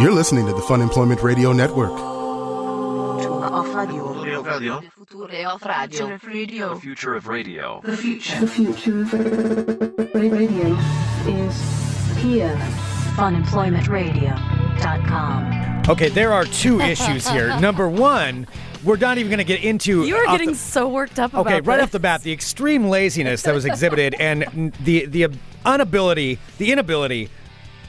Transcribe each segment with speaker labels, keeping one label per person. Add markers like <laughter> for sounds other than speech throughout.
Speaker 1: You're listening to the Fun Employment Radio Network.
Speaker 2: Off radio.
Speaker 3: Future of radio.
Speaker 2: Future off radio.
Speaker 3: The future of radio.
Speaker 2: The future.
Speaker 4: The future of radio is here.
Speaker 5: Funemploymentradio.com.
Speaker 6: Okay, there
Speaker 7: <laughs>
Speaker 6: are two issues here. Number one, we're not even going to get into.
Speaker 7: You are
Speaker 6: off
Speaker 7: getting
Speaker 6: the-
Speaker 7: so worked up.
Speaker 6: okay
Speaker 7: about
Speaker 6: right
Speaker 7: this.
Speaker 6: off the bat the extreme laziness that was exhibited
Speaker 7: <laughs>
Speaker 6: and the the inability the inability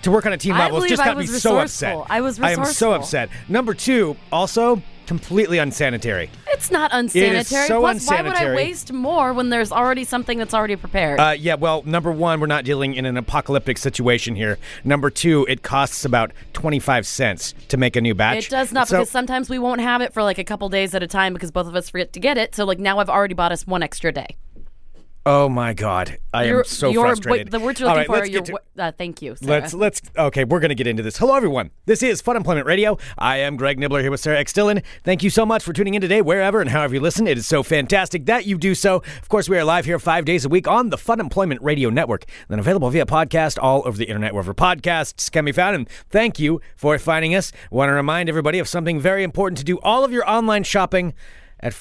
Speaker 6: to work on a team
Speaker 7: I
Speaker 6: level has
Speaker 7: believe
Speaker 6: just
Speaker 7: I
Speaker 6: got me
Speaker 7: was
Speaker 6: so
Speaker 7: resourceful.
Speaker 6: upset.
Speaker 7: I was
Speaker 6: I am
Speaker 7: resourceful.
Speaker 6: so upset. Number two, also completely unsanitary.
Speaker 7: It's not unsanitary.
Speaker 6: so
Speaker 7: Plus, why would I
Speaker 6: unsanitary.
Speaker 7: waste more when there's already something that's already prepared?
Speaker 6: Uh, yeah, well, number one, we're not dealing in an apocalyptic situation here. Number two, it costs about twenty-five cents to make a new batch.
Speaker 7: it does not
Speaker 6: So-
Speaker 7: because sometimes we won't have it for like a couple days at a time because both of us forget to get it. So like now I've already bought us one extra day.
Speaker 6: oh my god, I am
Speaker 7: You're-
Speaker 6: so
Speaker 7: you're- what-
Speaker 6: frustrated.
Speaker 7: the words you're
Speaker 6: All
Speaker 7: looking
Speaker 6: right,
Speaker 7: for are
Speaker 6: let's get
Speaker 7: your.
Speaker 6: to-
Speaker 7: wo- uh, thank you. Sarah.
Speaker 6: Let's let's okay. We're gonna get into this. Hello, everyone. This is Fun Employment Radio. I am Greg Nibbler here with Sarah X Dillon. Thank you so much for tuning in today, wherever and however you listen. It is so fantastic that you do so. Of course, we are live here five days a week on the Fun Employment Radio Network, then available via podcast all over the internet wherever podcasts can be found. And thank you for finding us. Want to remind everybody of something very important to do all of your online shopping. At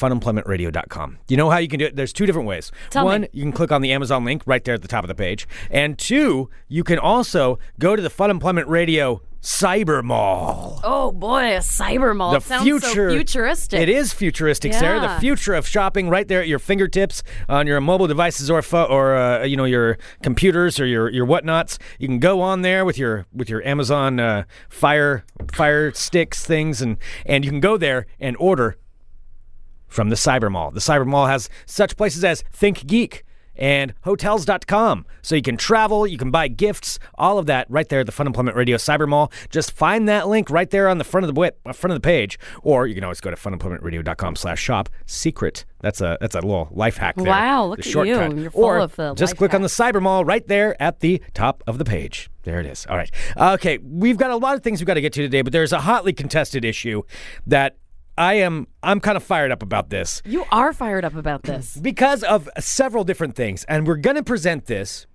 Speaker 6: funemploymentradio.com. You know how you can do it? There's two different ways.
Speaker 7: Tell me.
Speaker 6: One, you can click on the Amazon link right there at the top of the page. And two, you can also go to the Fun Employment Radio Cyber Mall.
Speaker 7: Oh boy, a cyber mall.
Speaker 6: the
Speaker 7: Oh, it sounds
Speaker 6: future
Speaker 7: so futuristic.
Speaker 6: It is futuristic, Sarah. The
Speaker 7: Yeah.
Speaker 6: future of shopping right there at your fingertips on your mobile devices or pho- or uh, you know your computers or your your whatnots. You can go on there with your with your Amazon uh, Fire Fire Sticks things and and you can go there and order from the Cyber Mall. The Cyber Mall has such places as Think Geek and hotels.com. So you can travel, you can buy gifts, all of that right there at the Fun Employment Radio Cyber Mall. Just find that link right there on the front of the web, uh, front of the page, or you can always go to funemploymentradio.com slash shop secret. That's a that's a little life hack there.
Speaker 7: Wow,
Speaker 6: The
Speaker 7: look at you.
Speaker 6: shortcut.
Speaker 7: You're full
Speaker 6: or
Speaker 7: of, uh,
Speaker 6: just
Speaker 7: life
Speaker 6: click on the
Speaker 7: hacks.
Speaker 6: Cyber Mall right there at the top of the page. There it is. All right. Okay, we've got a lot of things we've got to get to today, but there's a hotly contested issue that I am I'm kind of fired up about this
Speaker 7: You are fired up about this.
Speaker 6: because of several different things. And we're going to present this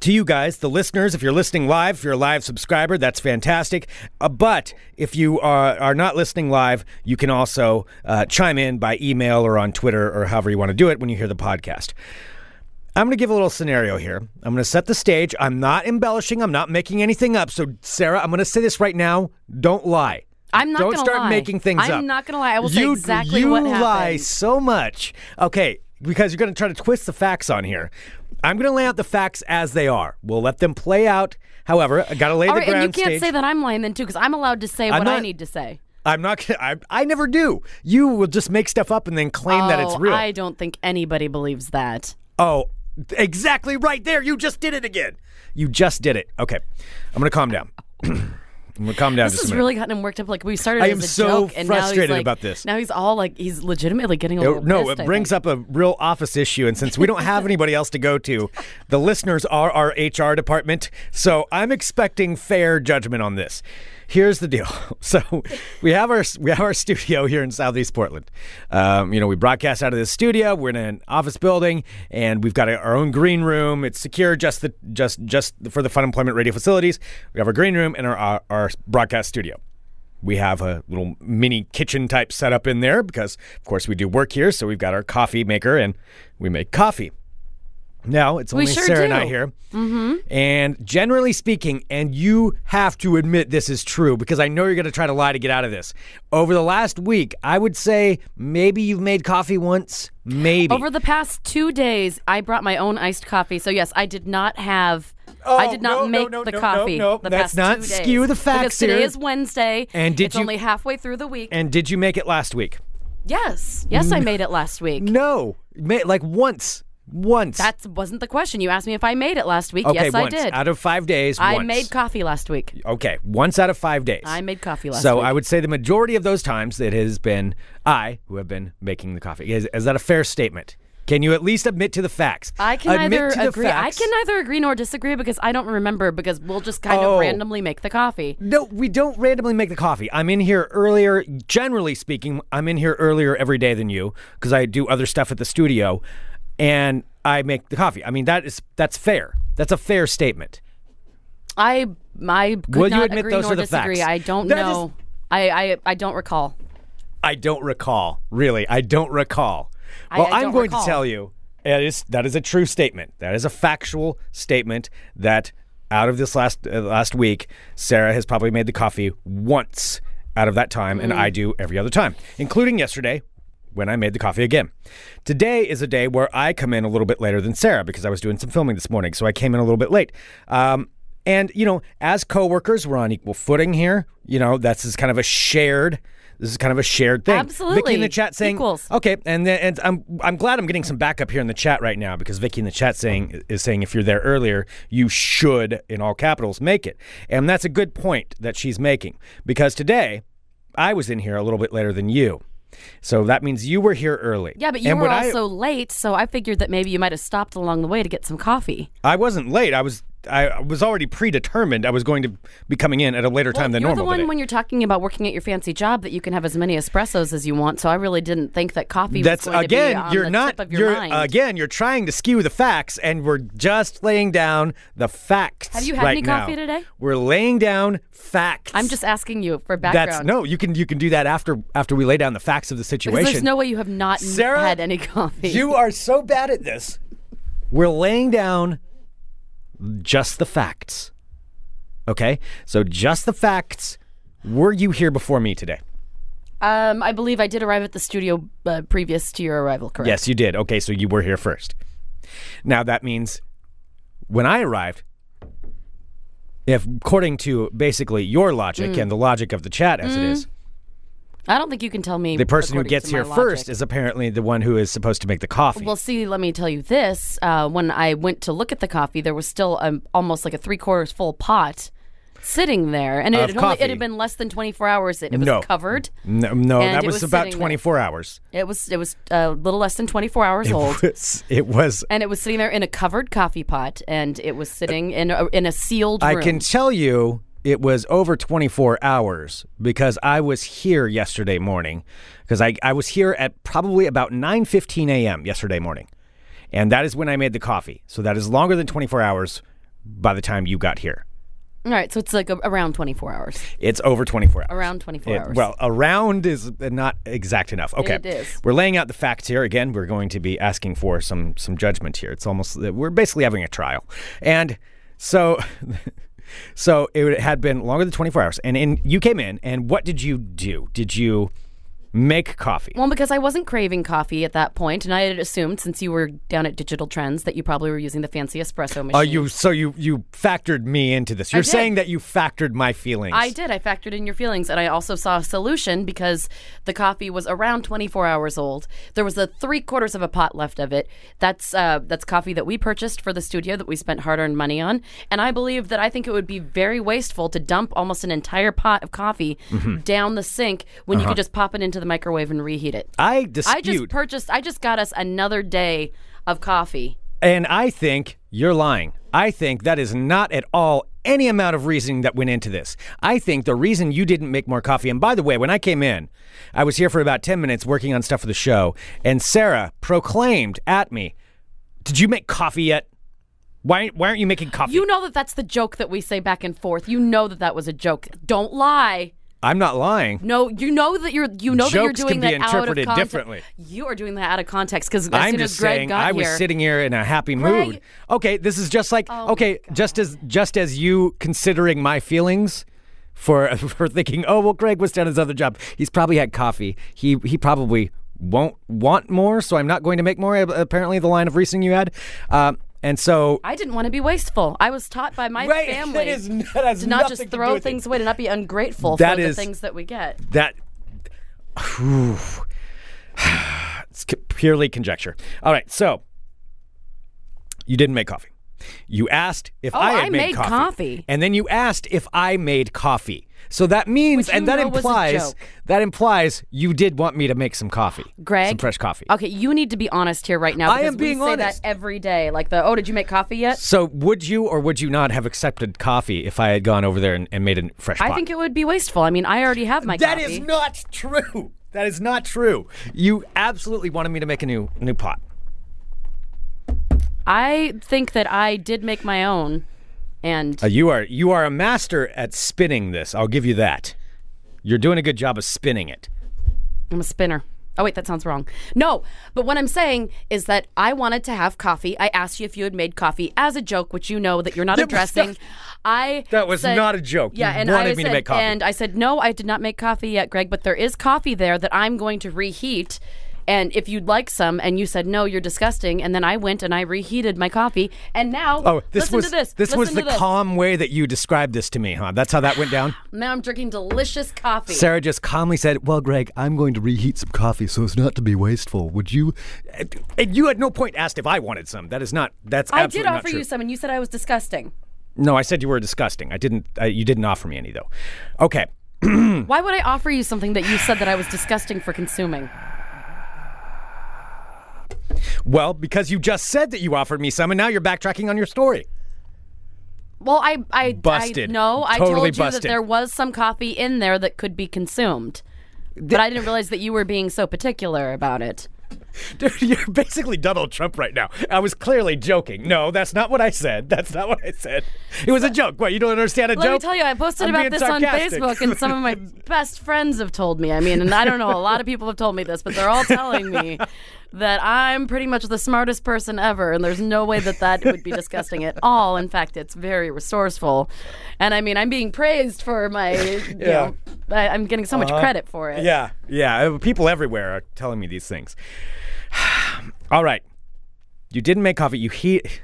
Speaker 6: to you guys, the listeners. If you're listening live, if you're a live subscriber, that's fantastic. Uh, but if you are, are not listening live, you can also uh, chime in by email or on Twitter or however you want to do it when you hear the podcast. I'm going to give a little scenario here. I'm going to set the stage. I'm not embellishing. I'm not making anything up. So, Sarah, I'm going to say this right now. Don't lie.
Speaker 7: I'm not
Speaker 6: Don't
Speaker 7: gonna
Speaker 6: start
Speaker 7: lie.
Speaker 6: making things
Speaker 7: I'm
Speaker 6: up.
Speaker 7: not gonna lie. I will say
Speaker 6: You-
Speaker 7: exactly what
Speaker 6: You lie
Speaker 7: happened.
Speaker 6: so much. Okay, because you're going to try to twist the facts on here. I'm going to lay out the facts as they are. We'll let them play out. However, I got to lay
Speaker 7: All
Speaker 6: the
Speaker 7: right, and
Speaker 6: ground
Speaker 7: you can't
Speaker 6: stage.
Speaker 7: say that I'm lying then too because I'm allowed to say
Speaker 6: I'm
Speaker 7: what I
Speaker 6: not-
Speaker 7: need to say.
Speaker 6: I'm not. gonna- I, I never do. You will just make stuff up and then claim that it's
Speaker 7: Oh,
Speaker 6: real.
Speaker 7: I don't think anybody believes that.
Speaker 6: Oh, exactly right there. You just did it again. You just did it. Okay, I'm going to calm down. <clears throat> I'm going to calm down.
Speaker 7: This
Speaker 6: just a
Speaker 7: has
Speaker 6: minute.
Speaker 7: really gotten him worked up. Like we started.
Speaker 6: I
Speaker 7: as
Speaker 6: am
Speaker 7: a
Speaker 6: so
Speaker 7: joke, and now he's,
Speaker 6: frustrated
Speaker 7: like-
Speaker 6: about this.
Speaker 7: Now he's all like he's legitimately getting a
Speaker 6: It-
Speaker 7: little.
Speaker 6: no, it brings up a real office issue. And since we don't have anybody else to go to, the listeners are our HR department. So I'm expecting fair judgment on this. Here's the deal. <laughs> So we have our we have our studio here in Southeast Portland. Um, you know, we broadcast out of this studio. We're in an office building, and we've got our own green room. It's secure, just the just just for the Fun Employment Radio facilities. We have our green room and our our, our broadcast studio. We have a little mini kitchen type setup in there because, of course, we do work here. So we've got our coffee maker and we make coffee. Now it's only
Speaker 7: sure
Speaker 6: Sarah and
Speaker 7: do.
Speaker 6: I here. Mm-hmm. And generally speaking, and you have to admit this is true because I know you're going to try to lie to get out of this. Over the last week, I would say maybe you've made coffee once, maybe.
Speaker 7: Over the past two days, I brought my own iced coffee. So yes, I did not have. I
Speaker 6: Oh,
Speaker 7: did not
Speaker 6: no, no,
Speaker 7: make
Speaker 6: no,
Speaker 7: the
Speaker 6: no, no,
Speaker 7: coffee.
Speaker 6: no.
Speaker 7: the
Speaker 6: Let's
Speaker 7: past
Speaker 6: not
Speaker 7: two days.
Speaker 6: skew the facts
Speaker 7: because today
Speaker 6: here.
Speaker 7: is Wednesday,
Speaker 6: And did
Speaker 7: it's
Speaker 6: you-
Speaker 7: only halfway through the week.
Speaker 6: and did you make it last week?
Speaker 7: yes, yes, I made it last week.
Speaker 6: No, Ma- like once, once.
Speaker 7: That wasn't the question. You asked me if I made it last week.
Speaker 6: okay,
Speaker 7: yes,
Speaker 6: once
Speaker 7: I did.
Speaker 6: out of five days.
Speaker 7: I
Speaker 6: once.
Speaker 7: made coffee last week.
Speaker 6: Okay, once out of five days.
Speaker 7: I made coffee last
Speaker 6: so
Speaker 7: week.
Speaker 6: I would say the majority of those times it has been I who have been making the coffee. Is, is that a fair statement? Can you at least admit to the facts?
Speaker 7: I can
Speaker 6: admit
Speaker 7: either
Speaker 6: to the
Speaker 7: agree.
Speaker 6: Facts.
Speaker 7: I can either agree nor disagree because I don't remember because we'll just kind
Speaker 6: Oh.
Speaker 7: of randomly make the coffee.
Speaker 6: No, we don't randomly make the coffee. I'm in here earlier. Generally speaking, I'm in here earlier every day than you because I do other stuff at the studio, and I make the coffee. I mean that is that's fair. That's a fair statement.
Speaker 7: I I could
Speaker 6: Will you
Speaker 7: not
Speaker 6: admit
Speaker 7: agree
Speaker 6: those
Speaker 7: nor
Speaker 6: are the
Speaker 7: disagree.
Speaker 6: facts?
Speaker 7: I don't
Speaker 6: That is-
Speaker 7: know. I, I I don't recall.
Speaker 6: I don't recall. Really, I don't recall.
Speaker 7: I-
Speaker 6: Well,
Speaker 7: I
Speaker 6: am
Speaker 7: don't
Speaker 6: going
Speaker 7: recall.
Speaker 6: to tell you that is that is a true statement. That is a factual statement that out of this last uh, last week, Sarah has probably made the coffee once out of that time and
Speaker 7: Mm.
Speaker 6: I do every other time, including yesterday when I made the coffee again. Today is a day where I come in a little bit later than Sarah because I was doing some filming this morning, so I came in a little bit late. Um, and you know, as coworkers, we're on equal footing here. You know, that's is kind of a shared. This is kind of a shared thing. Vicky in
Speaker 7: Absolutely.
Speaker 6: the chat saying,
Speaker 7: Equals.
Speaker 6: "Okay," and then- and I'm I'm glad I'm getting some backup here in the chat right now because Vicky in the chat saying is saying if you're there earlier, you should in all capitals make it, and that's a good point that she's making because today I was in here a little bit later than you, so that means you were here early.
Speaker 7: Yeah, but you
Speaker 6: And
Speaker 7: were
Speaker 6: what I-
Speaker 7: also late, so I figured that maybe you might have stopped along the way to get some coffee.
Speaker 6: I wasn't late. I was I was already predetermined. I was going to be coming in at a later time than
Speaker 7: you're the
Speaker 6: normal.
Speaker 7: one
Speaker 6: today.
Speaker 7: when you're talking about working at your fancy job that you can have as many espressos as you want. So I really didn't think that coffee.
Speaker 6: That's
Speaker 7: was going
Speaker 6: again.
Speaker 7: To be on
Speaker 6: you're
Speaker 7: the
Speaker 6: not.
Speaker 7: Tip of your
Speaker 6: you're
Speaker 7: mind.
Speaker 6: again. You're trying to skew the facts, and we're just laying down the facts.
Speaker 7: Have you had
Speaker 6: right
Speaker 7: any coffee
Speaker 6: now.
Speaker 7: today?
Speaker 6: We're laying down facts.
Speaker 7: I'm just asking you for background.
Speaker 6: That's no. You can you can do that after after we lay down the facts of the
Speaker 7: Because
Speaker 6: situation.
Speaker 7: there's no way you have not n-
Speaker 6: Sarah,
Speaker 7: had any coffee.
Speaker 6: You are so bad at this. We're laying down just the facts. Okay, so just the facts. Were you here before me today?
Speaker 7: um, I believe I did arrive at the studio uh, previous to your arrival. Correct.
Speaker 6: Yes, you did. Okay, so you were here first. Now that means when I arrived, if according to basically your logic
Speaker 7: Mm.
Speaker 6: and the logic of the chat as it is,
Speaker 7: I don't think you can tell me
Speaker 6: the person who
Speaker 7: Mm. according to
Speaker 6: gets
Speaker 7: my
Speaker 6: here
Speaker 7: logic.
Speaker 6: first is apparently the one who is supposed to make the coffee.
Speaker 7: Well, see, let me tell you this. Uh, when I went to look at the coffee, there was still um, almost like a three quarters full pot sitting there, and
Speaker 6: Of
Speaker 7: it had, only,
Speaker 6: coffee.
Speaker 7: it had been less than twenty four hours. It, it was
Speaker 6: No.
Speaker 7: covered.
Speaker 6: no, no
Speaker 7: and
Speaker 6: that
Speaker 7: it
Speaker 6: was,
Speaker 7: was
Speaker 6: about
Speaker 7: sitting there.
Speaker 6: 24 hours. <laughs>
Speaker 7: It was it was uh, a little less than twenty four hours old,
Speaker 6: it was.
Speaker 7: and it was sitting there in a covered coffee pot, and it was sitting in a, in a sealed
Speaker 6: I
Speaker 7: room.
Speaker 6: can tell you it was over 24 hours because I was here yesterday morning because I, I was here at probably about 9:15 a.m. yesterday morning. And that is when I made the coffee. So that is longer than 24 hours by the time you got here.
Speaker 7: All right, so it's like a, around twenty four hours.
Speaker 6: It's over 24 hours.
Speaker 7: Around twenty four
Speaker 6: It-
Speaker 7: hours.
Speaker 6: Well, around is not exact enough. Okay,
Speaker 7: It is.
Speaker 6: We're laying out the facts here again. We're going to be asking for some some judgment here. It's almost we're basically having a trial, and so <laughs> so it had been longer than twenty four hours. And in, you came in, and what did you do? Did you make coffee?
Speaker 7: Well, because I wasn't craving coffee at that point, and I had assumed since you were down at Digital Trends that you probably were using the fancy espresso machine.
Speaker 6: Are you so you you factored me into this? You're
Speaker 7: did.
Speaker 6: saying that you factored my feelings.
Speaker 7: I did. I factored in your feelings, and I also saw a solution because the coffee was around 24 hours old. There was a three quarters of a pot left of it. That's uh, that's coffee that we purchased for the studio that we spent hard earned money on. And I believe that I think it would be very wasteful to dump almost an entire pot of coffee
Speaker 6: Mm-hmm.
Speaker 7: down the sink when
Speaker 6: Uh-huh.
Speaker 7: you could just pop it into the microwave and reheat it.
Speaker 6: I
Speaker 7: I
Speaker 6: dispute.
Speaker 7: just purchased. I just got us another day of coffee.
Speaker 6: And I think you're lying. I think that is not at all any amount of reasoning that went into this. I think the reason you didn't make more coffee, and by the way, when I came in, I was here for about 10 minutes working on stuff for the show, and Sarah proclaimed at me, Did you make coffee yet? Why, why aren't you making coffee?
Speaker 7: You know that that's the joke that we say back and forth. You know that that was a joke. Don't lie.
Speaker 6: I'm not lying.
Speaker 7: No, you know that you're you know that you're
Speaker 6: Jokes
Speaker 7: doing
Speaker 6: can be
Speaker 7: that out of
Speaker 6: interpreted
Speaker 7: context.
Speaker 6: differently.
Speaker 7: You are doing that out of context because as
Speaker 6: I'm
Speaker 7: soon
Speaker 6: just
Speaker 7: as Greg
Speaker 6: saying
Speaker 7: got
Speaker 6: I was
Speaker 7: here,
Speaker 6: sitting here in a happy
Speaker 7: Greg- Oh
Speaker 6: mood. Okay, this is just like okay, just as just as you considering my feelings for <laughs> for thinking, oh well, Greg was down at his other job. He's probably had coffee. He he probably won't want more, so I'm not going to make more. uh, Apparently, the line of reasoning you had, um, and so
Speaker 7: I didn't want to be wasteful. I was taught by my
Speaker 6: Right, <laughs>
Speaker 7: family
Speaker 6: that is not- that has
Speaker 7: to not
Speaker 6: nothing
Speaker 7: just
Speaker 6: to do
Speaker 7: throw
Speaker 6: with it.
Speaker 7: things away, to not be ungrateful
Speaker 6: That
Speaker 7: for
Speaker 6: is-
Speaker 7: the things that we get.
Speaker 6: that. Whew. <sighs> it's c- purely conjecture. All right, so you didn't make coffee. You asked if
Speaker 7: Oh,
Speaker 6: I had
Speaker 7: I
Speaker 6: made,
Speaker 7: made
Speaker 6: coffee.
Speaker 7: coffee.
Speaker 6: and then you asked if I made coffee. So that means,
Speaker 7: Which
Speaker 6: and
Speaker 7: you
Speaker 6: that
Speaker 7: know was a
Speaker 6: implies
Speaker 7: joke.
Speaker 6: that implies you did want me to make some coffee,
Speaker 7: Greg, Uh,
Speaker 6: some fresh coffee.
Speaker 7: Okay, you need to be honest here right now.
Speaker 6: I
Speaker 7: because
Speaker 6: am being
Speaker 7: we say
Speaker 6: honest.
Speaker 7: that every day. Like the oh, did you make coffee yet?
Speaker 6: So would you or would you not have accepted coffee if I had gone over there and, and made a fresh?
Speaker 7: I
Speaker 6: pot?
Speaker 7: think it would be wasteful. I mean, I already have my
Speaker 6: That is
Speaker 7: coffee.
Speaker 6: not true. That is not true. You absolutely wanted me to make a new new pot.
Speaker 7: I think that I did make my own, And
Speaker 6: Uh, you are you are a master at spinning this. I'll give you that. You're doing a good job of spinning it.
Speaker 7: I'm a spinner. Oh wait, that sounds wrong. No, but what I'm saying is that I wanted to have coffee. I asked you if you had made coffee as a joke, which you know that you're not
Speaker 6: That was
Speaker 7: addressing.
Speaker 6: not-
Speaker 7: I
Speaker 6: That was
Speaker 7: said-
Speaker 6: not a joke.
Speaker 7: Yeah,
Speaker 6: You
Speaker 7: and
Speaker 6: wanted
Speaker 7: I
Speaker 6: me to
Speaker 7: said,
Speaker 6: make coffee.
Speaker 7: and I said no, I did not make coffee yet, Greg. But there is coffee there that I'm going to reheat. And if you'd like some, and you said no, you're disgusting. And then I went and I reheated my coffee, and now
Speaker 6: Oh, this
Speaker 7: listen
Speaker 6: was
Speaker 7: to this.
Speaker 6: was
Speaker 7: Listen
Speaker 6: the
Speaker 7: to this.
Speaker 6: calm way that you described this to me, huh? That's how that went
Speaker 7: <sighs>
Speaker 6: down.
Speaker 7: Now I'm drinking delicious coffee.
Speaker 6: Sarah just calmly said, "Well, Greg, I'm going to reheat some coffee so as not to be wasteful. Would you?" And you at no point asked if I wanted some. That is not. That's
Speaker 7: I did
Speaker 6: absolutely not
Speaker 7: offer
Speaker 6: true.
Speaker 7: you some, and you said I was disgusting.
Speaker 6: No, I said you were disgusting. I didn't. I, you didn't offer me any though. Okay.
Speaker 7: Why would I offer you something that you said that I was disgusting for consuming?
Speaker 6: Well, because you just said that you offered me some, and now you're backtracking on your story.
Speaker 7: Well, I, I,
Speaker 6: Busted.
Speaker 7: I, no, I
Speaker 6: Totally
Speaker 7: told you
Speaker 6: busted.
Speaker 7: that there was some coffee in there that could be consumed, but I didn't realize that you were being so particular about it.
Speaker 6: Dude, you're basically Donald Trump right now. I was clearly joking. No, that's not what I said. That's not what I said. It was a joke. What, you don't understand a
Speaker 7: Let
Speaker 6: joke?
Speaker 7: me tell you, I posted
Speaker 6: I'm being
Speaker 7: about this
Speaker 6: sarcastic.
Speaker 7: on Facebook, and some of my best friends have told me. I mean, and I don't know, a lot of people have told me this, but they're all telling me that I'm pretty much the smartest person ever, and there's no way that that would be disgusting at all. In fact, it's very resourceful, and I mean, I'm being praised for my, you
Speaker 6: Yeah. Uh-huh.
Speaker 7: know, I, I'm getting so much credit for it.
Speaker 6: <laughs> Yeah, yeah. Uh, People everywhere are telling me these things. <sighs> All right. You didn't make coffee. You heat.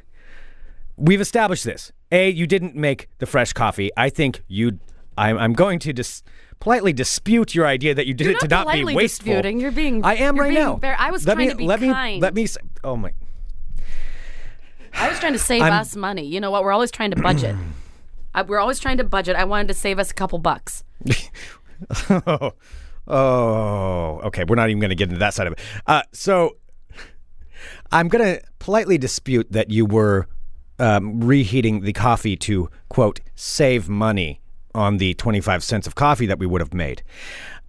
Speaker 6: We've established this. A, you didn't make the fresh coffee. I think you. I'm, I'm going to dis- politely dispute your idea that you did
Speaker 7: You're not
Speaker 6: it to not be
Speaker 7: politely
Speaker 6: wasteful.
Speaker 7: disputing. You're being-
Speaker 6: I am
Speaker 7: you're
Speaker 6: right
Speaker 7: being
Speaker 6: now.
Speaker 7: ver- I was
Speaker 6: let
Speaker 7: trying
Speaker 6: me,
Speaker 7: to be
Speaker 6: let Me,
Speaker 7: kind.
Speaker 6: let me. s- Oh my.
Speaker 7: I was trying to save
Speaker 6: I'm-
Speaker 7: us money. You know what? We're always trying to
Speaker 6: <clears throat>
Speaker 7: budget. I, we're always trying to budget. I wanted to save us a couple bucks.
Speaker 6: oh, <laughs> oh, okay. We're not even going to get into that side of it. Uh, so I'm going to politely dispute that you were um, reheating the coffee to, quote, save money on the 25 cents of coffee that we would have made.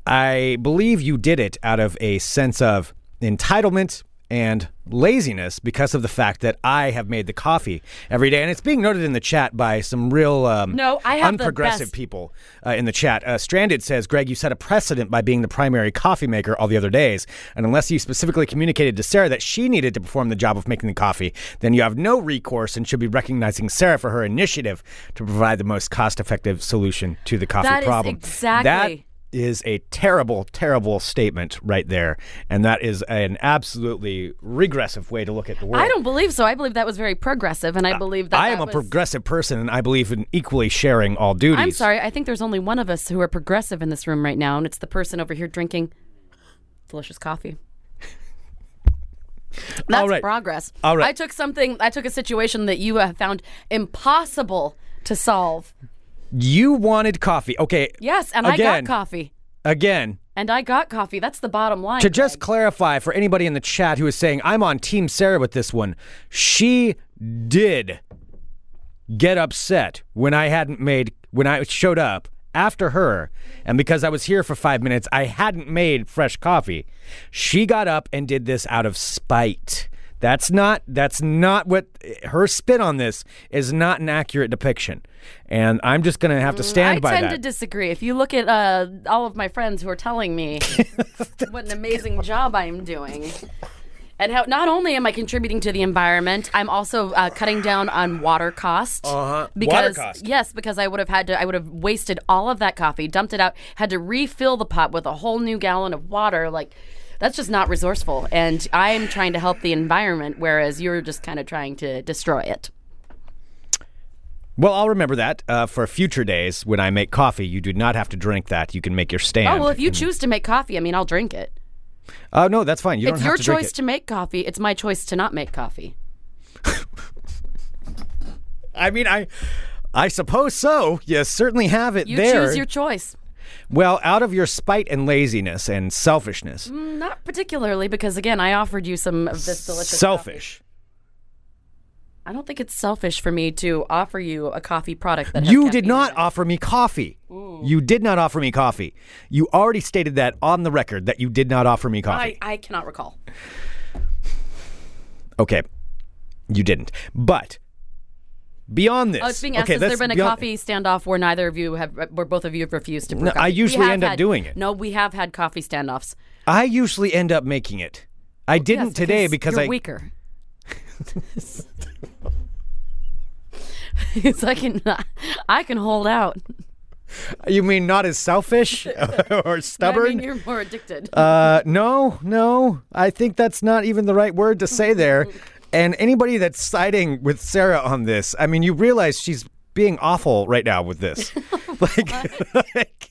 Speaker 6: I believe you did it out of a sense of entitlement and laziness because of the fact that I have made the coffee every day. And it's being noted in the chat by some real um,
Speaker 7: No, I have the
Speaker 6: unprogressive
Speaker 7: best-
Speaker 6: people uh, in the chat. Uh, Stranded says, Greg, you set a precedent by being the primary coffee maker all the other days. And unless you specifically communicated to Sarah that she needed to perform the job of making the coffee, then you have no recourse and should be recognizing Sarah for her initiative to provide the most cost effective solution to the coffee
Speaker 7: That is
Speaker 6: problem. That
Speaker 7: exactly-
Speaker 6: is a terrible, terrible statement right there. And that is an absolutely regressive way to look at the world.
Speaker 7: I don't believe so. I believe that was very progressive, and I believe that
Speaker 6: I am
Speaker 7: that
Speaker 6: a
Speaker 7: was-
Speaker 6: progressive person and I believe in equally sharing all duties.
Speaker 7: I'm sorry. I think there's only one of us who are progressive in this room right now, and it's the person over here drinking delicious coffee. That's
Speaker 6: All right.
Speaker 7: progress.
Speaker 6: All right.
Speaker 7: I took something. I took a situation that you have found impossible to solve.
Speaker 6: You wanted coffee. Okay.
Speaker 7: Yes, and I
Speaker 6: Again.
Speaker 7: got coffee.
Speaker 6: Again,
Speaker 7: And I got coffee. That's the bottom line.
Speaker 6: to just
Speaker 7: Greg.
Speaker 6: clarify for anybody in the chat who is saying, I'm on Team Sarah with this one, she did get upset when I hadn't made, when I showed up after her. And because I was here for five minutes, I hadn't made fresh coffee. She got up and did this out of spite. That's not that's not what her spin on this is not an accurate depiction. And I'm just going to have to stand
Speaker 7: I
Speaker 6: by
Speaker 7: tend
Speaker 6: that.
Speaker 7: to disagree. If you look at uh, all of my friends who are telling me
Speaker 6: <laughs>
Speaker 7: what an amazing job I'm doing, and how not only am I contributing to the environment, I'm also uh, cutting down on water cost. Uh-huh. Because,
Speaker 6: cost.
Speaker 7: Yes, because I would have had to. I would have wasted all of that coffee, dumped it out, had to refill the pot with a whole new gallon of water. Like. That's just not resourceful. And I'm trying to help the environment, whereas you're just kind of trying to destroy it.
Speaker 6: Well, I'll remember that uh, for future days when I make coffee. You do not have to drink that. You can make your stand.
Speaker 7: Oh, well, if you choose to make coffee, I mean, I'll drink it.
Speaker 6: Oh no, that's fine. You don't
Speaker 7: it's
Speaker 6: have
Speaker 7: your
Speaker 6: to drink
Speaker 7: choice
Speaker 6: it.
Speaker 7: to make coffee. It's my choice to not make coffee.
Speaker 6: I mean, I, I suppose so. You certainly have it
Speaker 7: You
Speaker 6: there.
Speaker 7: choose your choice.
Speaker 6: well, out of your spite and laziness and selfishness,
Speaker 7: Mm, Not particularly because again, I offered you some of this delicious.
Speaker 6: selfish.
Speaker 7: coffee. I don't think it's selfish for me to offer you a coffee product that has
Speaker 6: You did
Speaker 7: caffeine
Speaker 6: not
Speaker 7: in it.
Speaker 6: offer me coffee. You did not offer me coffee. You already stated that on the record that you did not offer me coffee.
Speaker 7: I, I cannot recall.
Speaker 6: Okay. You didn't. But Beyond this,
Speaker 7: I was Oh, being asked,
Speaker 6: okay,
Speaker 7: has there
Speaker 6: that's
Speaker 7: been a
Speaker 6: beyond-
Speaker 7: coffee standoff where neither of you have, where both of you have refused to brew
Speaker 6: No,
Speaker 7: coffee?
Speaker 6: I
Speaker 7: We
Speaker 6: usually
Speaker 7: have
Speaker 6: end up
Speaker 7: had-
Speaker 6: doing it.
Speaker 7: No, we have had coffee standoffs.
Speaker 6: I usually end up making it. I didn't
Speaker 7: Yes,
Speaker 6: today because
Speaker 7: you're
Speaker 6: I
Speaker 7: weaker. <laughs> it's like an, I can hold out.
Speaker 6: You mean not
Speaker 7: <laughs>
Speaker 6: as selfish <laughs> or
Speaker 7: I
Speaker 6: stubborn?
Speaker 7: mean, you're more addicted.
Speaker 6: uh, no, no. I think that's not even the right word to
Speaker 7: <laughs>
Speaker 6: say there. and anybody that's siding with Sarah on this, I mean, you realize she's being awful right now
Speaker 7: <laughs>
Speaker 6: with this. like, <laughs> like,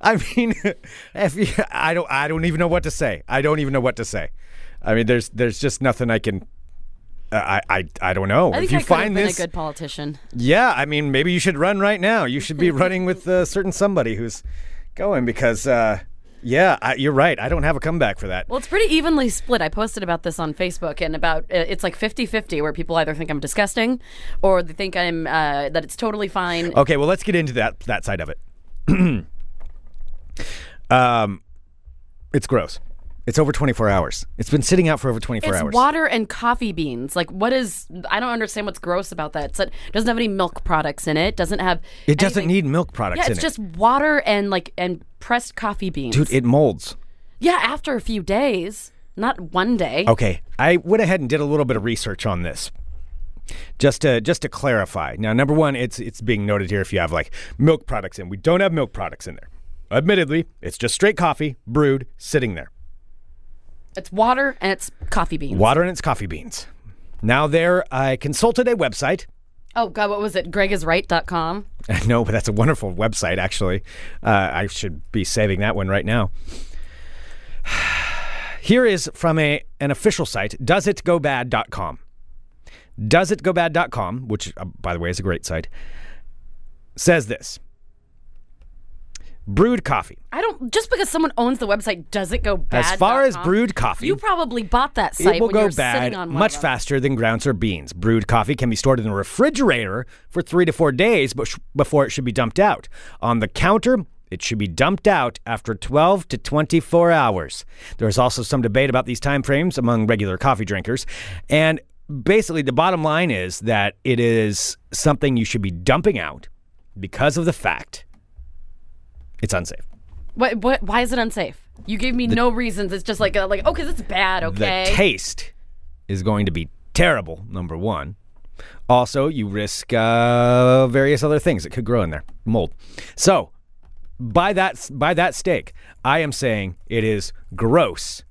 Speaker 6: I mean, <laughs> if you, I don't, I don't even know what to say. I don't even know what to say. I mean, there's, there's just nothing I can. I, I, I don't know.
Speaker 7: I think
Speaker 6: if you
Speaker 7: I could
Speaker 6: find
Speaker 7: have been
Speaker 6: this,
Speaker 7: a good politician.
Speaker 6: yeah, I mean, maybe you should run right now. You should
Speaker 7: <laughs>
Speaker 6: be running with a certain somebody who's going because, uh, yeah, I, you're right. I don't have a comeback for that.
Speaker 7: Well, it's pretty evenly split. I posted about this on Facebook, and about uh, it's like 50 50 where people either think I'm disgusting or they think I'm uh, that it's totally fine.
Speaker 6: Okay, well, let's get into that that side of it. <clears throat> um, it's gross. It's over 24 hours. It's been sitting out for over 24
Speaker 7: It's
Speaker 6: hours.
Speaker 7: water and coffee beans. Like, what is? I don't understand what's gross about that. It's like- It doesn't have any milk products in it. Doesn't have.
Speaker 6: it doesn't
Speaker 7: anything-
Speaker 6: need milk products
Speaker 7: Yeah,
Speaker 6: in
Speaker 7: it's
Speaker 6: it.
Speaker 7: just water and like and pressed coffee beans.
Speaker 6: Dude, it molds.
Speaker 7: yeah, after a few days, not one day.
Speaker 6: Okay, I went ahead and did a little bit of research on this. Just to just to clarify. Now, number one, it's it's being noted here if you have like milk products in. We don't have milk products in there. Admittedly, it's just straight coffee brewed sitting there.
Speaker 7: It's water and it's coffee beans.
Speaker 6: Water and its coffee beans. Now there, I consulted a website.
Speaker 7: Oh God, what was it? Gregisright.com.
Speaker 6: <laughs> No, but that's a wonderful website actually. Uh, I should be saving that one right now. <sighs> Here is from a an official site, doesitgobad.com. doesitgobad.com, which uh, by the way is a great site, says this. Brewed coffee.
Speaker 7: I don't just because someone owns the website does it go bad.
Speaker 6: as far as
Speaker 7: .com?
Speaker 6: brewed coffee,
Speaker 7: you probably bought that site
Speaker 6: it will
Speaker 7: when
Speaker 6: go
Speaker 7: you were
Speaker 6: bad
Speaker 7: sitting on one
Speaker 6: much
Speaker 7: of them.
Speaker 6: faster than grounds or beans. Brewed coffee can be stored in the refrigerator for three to four days but sh- before it should be dumped out. On the counter, it should be dumped out after 12 to 24 hours. There's also some debate about these time frames among regular coffee drinkers. And basically, the bottom line is that it is something you should be dumping out because of the fact it's unsafe.
Speaker 7: What, what, why is it unsafe? You gave me no reasons. It's just like uh, like oh, because it's bad. Okay.
Speaker 6: the taste is going to be terrible. Number one. Also, you risk uh, various other things that could grow in there, mold. So, by that by that stake, I am saying it is gross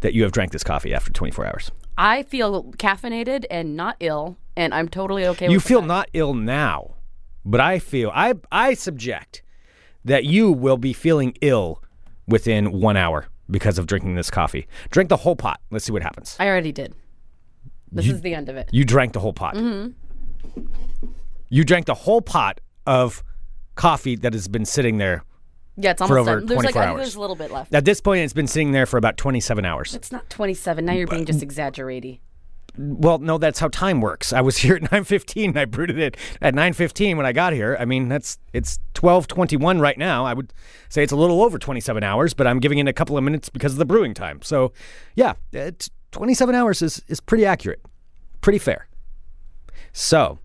Speaker 6: that you have drank this coffee after 24 hours.
Speaker 7: I feel caffeinated and not ill, and I'm totally okay.
Speaker 6: you
Speaker 7: with
Speaker 6: feel
Speaker 7: that.
Speaker 6: not ill now, but I feel I I subject that you will be feeling ill within one hour because of drinking this coffee. Drink the whole pot. Let's see what happens.
Speaker 7: I already did. This is the end of it.
Speaker 6: You drank the whole pot. You drank the whole pot of coffee that has been sitting there.
Speaker 7: yeah, it's almost
Speaker 6: for over
Speaker 7: done. There's like
Speaker 6: 24
Speaker 7: I think
Speaker 6: hours.
Speaker 7: there's a little bit left.
Speaker 6: At this point, it's been sitting there for about 27 hours.
Speaker 7: it's not 27. Now you're being just exaggerating.
Speaker 6: Well, no, that's how time works. I was <laughs> here at 9:15. and I brewed it at 9:15 when I got here. I mean, that's it's 12:21 right now. I would say it's a little over 27 hours, but I'm giving it a couple of minutes because of the brewing time. So, yeah, it's 27 hours is is pretty accurate, pretty fair. So,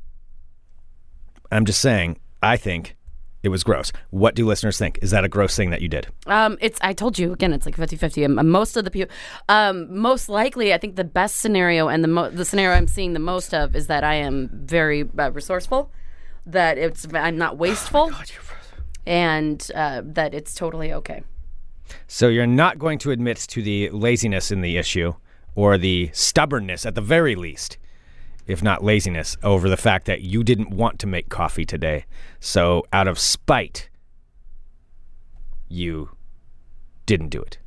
Speaker 6: I'm just saying, I think it was gross. What do listeners think? Is that a gross thing that you did?
Speaker 7: Um, it's I told you again. It's like 50-50. Um, Most of the people, um, most likely, I think the best scenario and the mo- the scenario I'm seeing the most of is that I am very uh, resourceful, that it's I'm not wasteful, and uh, that it's totally okay.
Speaker 6: So you're not going to admit to the laziness in the issue or the stubbornness at the very least, if not laziness, over the fact that you didn't want to make coffee today. So out of spite, you didn't do it.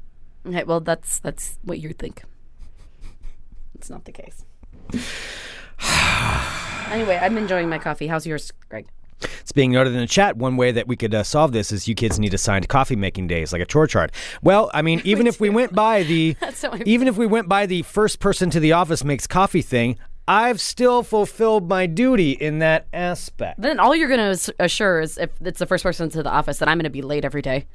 Speaker 7: Okay, well that's that's what you think. It's not the case. <sighs> anyway, I'm enjoying my coffee. How's yours, Greg?
Speaker 6: It's being noted in the chat. One way that we could uh, solve this is you kids need assigned coffee making days, like a chore chart. Well, I
Speaker 7: <laughs>
Speaker 6: mean, even if we went by the
Speaker 7: how I feel.
Speaker 6: even if we went by the first person to the office makes coffee thing, I've still fulfilled my duty in that aspect.
Speaker 7: Then all you're going to assure is if it's the first person to the office that I'm going to be late every day,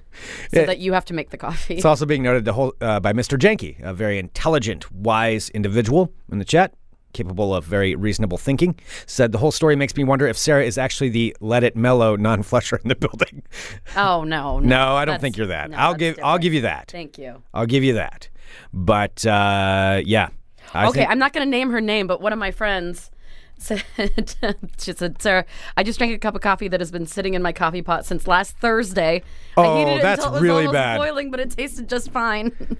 Speaker 7: so that you have to make the coffee.
Speaker 6: It's also being noted the whole uh, by Mr. Jenke, a very intelligent, wise individual in the chat. capable of very reasonable thinking, said the whole story makes me wonder if Sarah is actually the let it mellow non-flusher in the <laughs> building.
Speaker 7: Oh no, no,
Speaker 6: No, I don't
Speaker 7: that's-
Speaker 6: think you're that.
Speaker 7: no,
Speaker 6: I'll
Speaker 7: that's
Speaker 6: give I'll
Speaker 7: different.
Speaker 6: give you that.
Speaker 7: Thank you.
Speaker 6: I'll give you that. But uh, yeah. I
Speaker 7: okay,
Speaker 6: think-
Speaker 7: I'm not going to name her name, but one of my friends <laughs> said, she said, Sarah, I just drank a cup of coffee that has been sitting in my coffee pot since last Thursday.
Speaker 6: Oh,
Speaker 7: I heated it
Speaker 6: that's
Speaker 7: until it was
Speaker 6: really
Speaker 7: almost
Speaker 6: bad.
Speaker 7: boiling, but it tasted just fine. <laughs>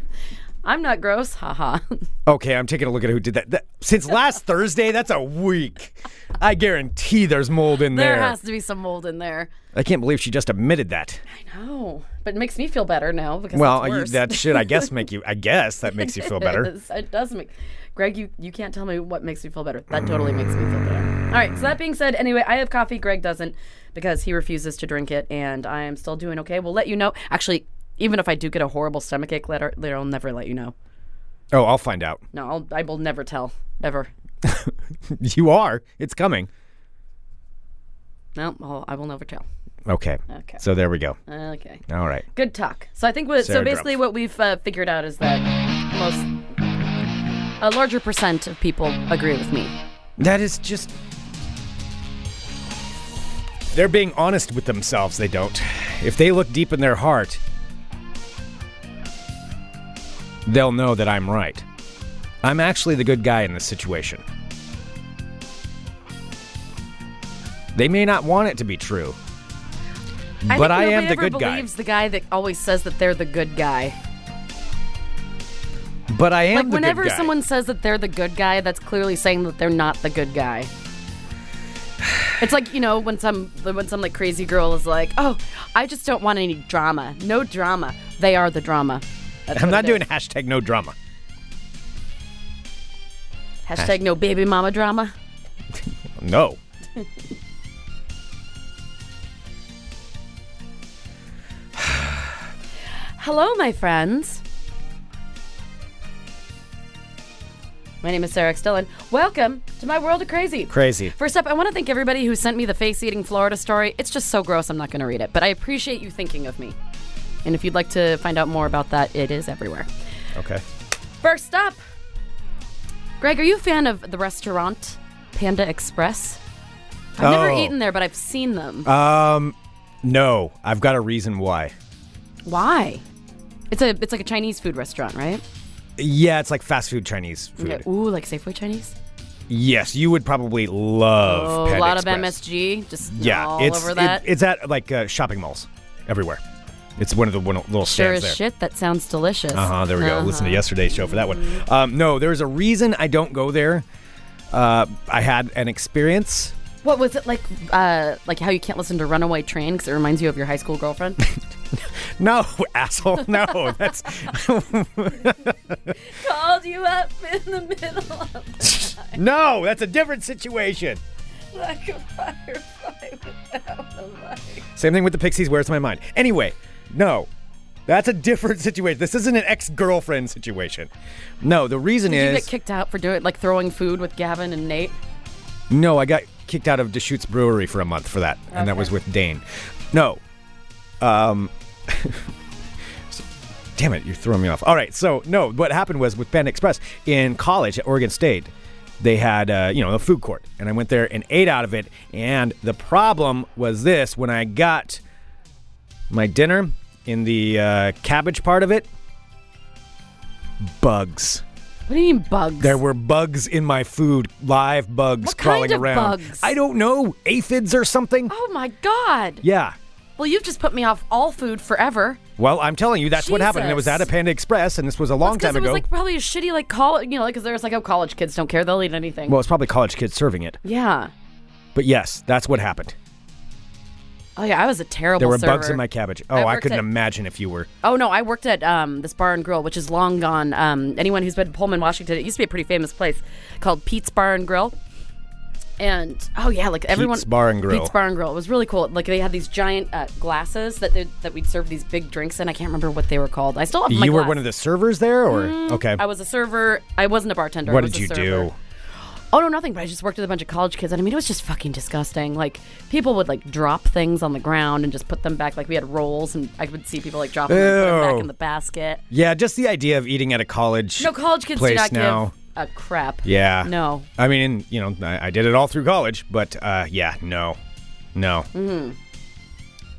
Speaker 7: I'm not gross. Haha. <laughs>
Speaker 6: Okay, I'm taking a look at who did that. That- since last Thursday, that's a week. I guarantee there's mold in there.
Speaker 7: there has to be some mold in there.
Speaker 6: I can't believe she just admitted that.
Speaker 7: No, but it makes me feel better now because
Speaker 6: well,
Speaker 7: that's
Speaker 6: you-
Speaker 7: worse.
Speaker 6: that should,
Speaker 7: <laughs>
Speaker 6: I guess, make you. I guess that makes you feel better.
Speaker 7: it does make. Greg, you, you can't tell me what makes me feel better. That totally makes me feel better. All right. So that being said, anyway, I have coffee. Greg doesn't because he refuses to drink it, and I am still doing okay. We'll let you know. Actually, even if I do get a horrible stomachache later, later I'll never let you know.
Speaker 6: Oh, I'll find out.
Speaker 7: No, I'll, I will never tell ever.
Speaker 6: You are. It's coming.
Speaker 7: No, I'll, I will never tell.
Speaker 6: Okay.
Speaker 7: Okay.
Speaker 6: So there we go.
Speaker 7: Okay.
Speaker 6: All right.
Speaker 7: Good talk. So I think what, so
Speaker 6: Sarah
Speaker 7: basically
Speaker 6: Drumpf.
Speaker 7: what we've uh, figured out is that most a larger percent of people agree with me.
Speaker 6: That is just. They're being honest with themselves, they don't. If they look deep in their heart, they'll know that I'm right. I'm actually the good guy in this situation. They may not want it to be true, but
Speaker 7: think
Speaker 6: I
Speaker 7: nobody
Speaker 6: am the
Speaker 7: ever
Speaker 6: good guy.
Speaker 7: believes the guy that always says that they're the good guy.
Speaker 6: But I am
Speaker 7: like
Speaker 6: the
Speaker 7: whenever
Speaker 6: good guy.
Speaker 7: someone says that they're the good guy, that's clearly saying that they're not the good guy. <sighs> It's like you know when some when some like crazy girl is like, "Oh, I just don't want any drama. No drama. They are the drama." That's
Speaker 6: <laughs> I'm
Speaker 7: what
Speaker 6: not
Speaker 7: it
Speaker 6: doing
Speaker 7: is.
Speaker 6: hashtag no drama.
Speaker 7: hashtag no baby mama drama.
Speaker 6: No.
Speaker 7: Hello, my friends. My name is Sarah X. Dillon. Welcome to my world of crazy.
Speaker 6: Crazy.
Speaker 7: First up, I want to thank everybody who sent me the face eating Florida story. It's just so gross, I'm not going to read it, but I appreciate you thinking of me. And if you'd like to find out more about that, it is everywhere.
Speaker 6: Okay.
Speaker 7: First up, Greg, are you a fan of the restaurant Panda Express? I've never
Speaker 6: Oh. Uh,
Speaker 7: eaten there, but I've seen them.
Speaker 6: No, I've got a reason why.
Speaker 7: Why? It's a it's like a Chinese food restaurant, right?
Speaker 6: Yeah, it's like fast food Chinese food.
Speaker 7: Okay. Ooh, like Safeway Chinese.
Speaker 6: Yes, you would probably love
Speaker 7: Oh,
Speaker 6: Pet
Speaker 7: a lot
Speaker 6: Express.
Speaker 7: of MSG, just
Speaker 6: Yeah,
Speaker 7: all
Speaker 6: it's
Speaker 7: over
Speaker 6: it-
Speaker 7: that.
Speaker 6: it's at like uh, shopping malls everywhere. It's one of the one, little
Speaker 7: sure
Speaker 6: stands
Speaker 7: as
Speaker 6: there.
Speaker 7: shit. Uh-huh. That sounds delicious.
Speaker 6: Uh huh. There we go. Listen to yesterday's show for that one. Um, no, there's a reason I don't go there. Uh, I had an experience.
Speaker 7: What was it like? Uh, like how you can't listen to Runaway Train because it reminds you of your high school girlfriend.
Speaker 6: No, <laughs> asshole. No, <laughs> that's
Speaker 7: <laughs> Called you up in the middle of
Speaker 6: no, that's a different situation.
Speaker 7: like a firefly without a light.
Speaker 6: Same thing with the Pixies. Where's my mind? Anyway, no, that's a different <laughs> situation. This isn't an ex-girlfriend situation. No, the reason
Speaker 7: Did you
Speaker 6: is
Speaker 7: get kicked out for doing like throwing food with Gavin and Nate?
Speaker 6: No, I got kicked out of Deschutes Brewery for a month for that, and that was with Dane. No, um, <laughs> damn it, you're throwing me off. All right, so no, what happened was with Band Express in college at Oregon State, they had uh, you know a food court, and I went there and ate out of it. And the problem was this: when I got my dinner in the uh, cabbage part of it, bugs.
Speaker 7: What do you mean bugs?
Speaker 6: There were bugs in my food, live bugs
Speaker 7: What
Speaker 6: crawling
Speaker 7: kind of
Speaker 6: around.
Speaker 7: bugs?
Speaker 6: I don't know, aphids or something.
Speaker 7: Oh my god!
Speaker 6: Yeah.
Speaker 7: Well, you've just put me off all food forever.
Speaker 6: Well, I'm telling you, that's what happened. And it was
Speaker 7: Jesus.
Speaker 6: at a Panda Express, and this was a long
Speaker 7: Because
Speaker 6: time
Speaker 7: it was
Speaker 6: ago.
Speaker 7: like probably a shitty like college, you know, like because there was like oh college kids don't care they'll eat anything.
Speaker 6: well, it's probably college kids serving it.
Speaker 7: yeah.
Speaker 6: But yes, that's what happened.
Speaker 7: Oh yeah, I was a terrible.
Speaker 6: There were
Speaker 7: server.
Speaker 6: bugs in my cabbage. Oh,
Speaker 7: I
Speaker 6: I,
Speaker 7: worked
Speaker 6: couldn't
Speaker 7: at-
Speaker 6: imagine if you were.
Speaker 7: Oh no, I worked at um, this bar and grill, which is long gone. Um, anyone who's been to Pullman, Washington, it used to be a pretty famous place called Pete's Bar and Grill. And oh yeah, like everyone
Speaker 6: Bar and Grill.
Speaker 7: Pete's Bar and Grill. It was really cool. Like they had these giant uh, glasses that they, that we'd serve these big drinks in. I can't remember what they were called. I still have my
Speaker 6: you were
Speaker 7: glass.
Speaker 6: one of the servers there, or okay.
Speaker 7: I was a server. I wasn't a bartender. I
Speaker 6: what
Speaker 7: was
Speaker 6: did
Speaker 7: a
Speaker 6: you
Speaker 7: server.
Speaker 6: do?
Speaker 7: Oh no, nothing. But I just worked with a bunch of college kids, and I mean, it was just fucking disgusting. Like people would like drop things on the ground and just put them back. Like we had rolls, and I would see people like drop them, and put them
Speaker 6: Ew.
Speaker 7: back in the basket.
Speaker 6: Yeah, just the idea of eating at a college.
Speaker 7: No, college kids do
Speaker 6: place
Speaker 7: not
Speaker 6: now.
Speaker 7: give a crap.
Speaker 6: Yeah.
Speaker 7: No.
Speaker 6: I mean, and, you know, I, I did it all through college, but uh, yeah, no, no.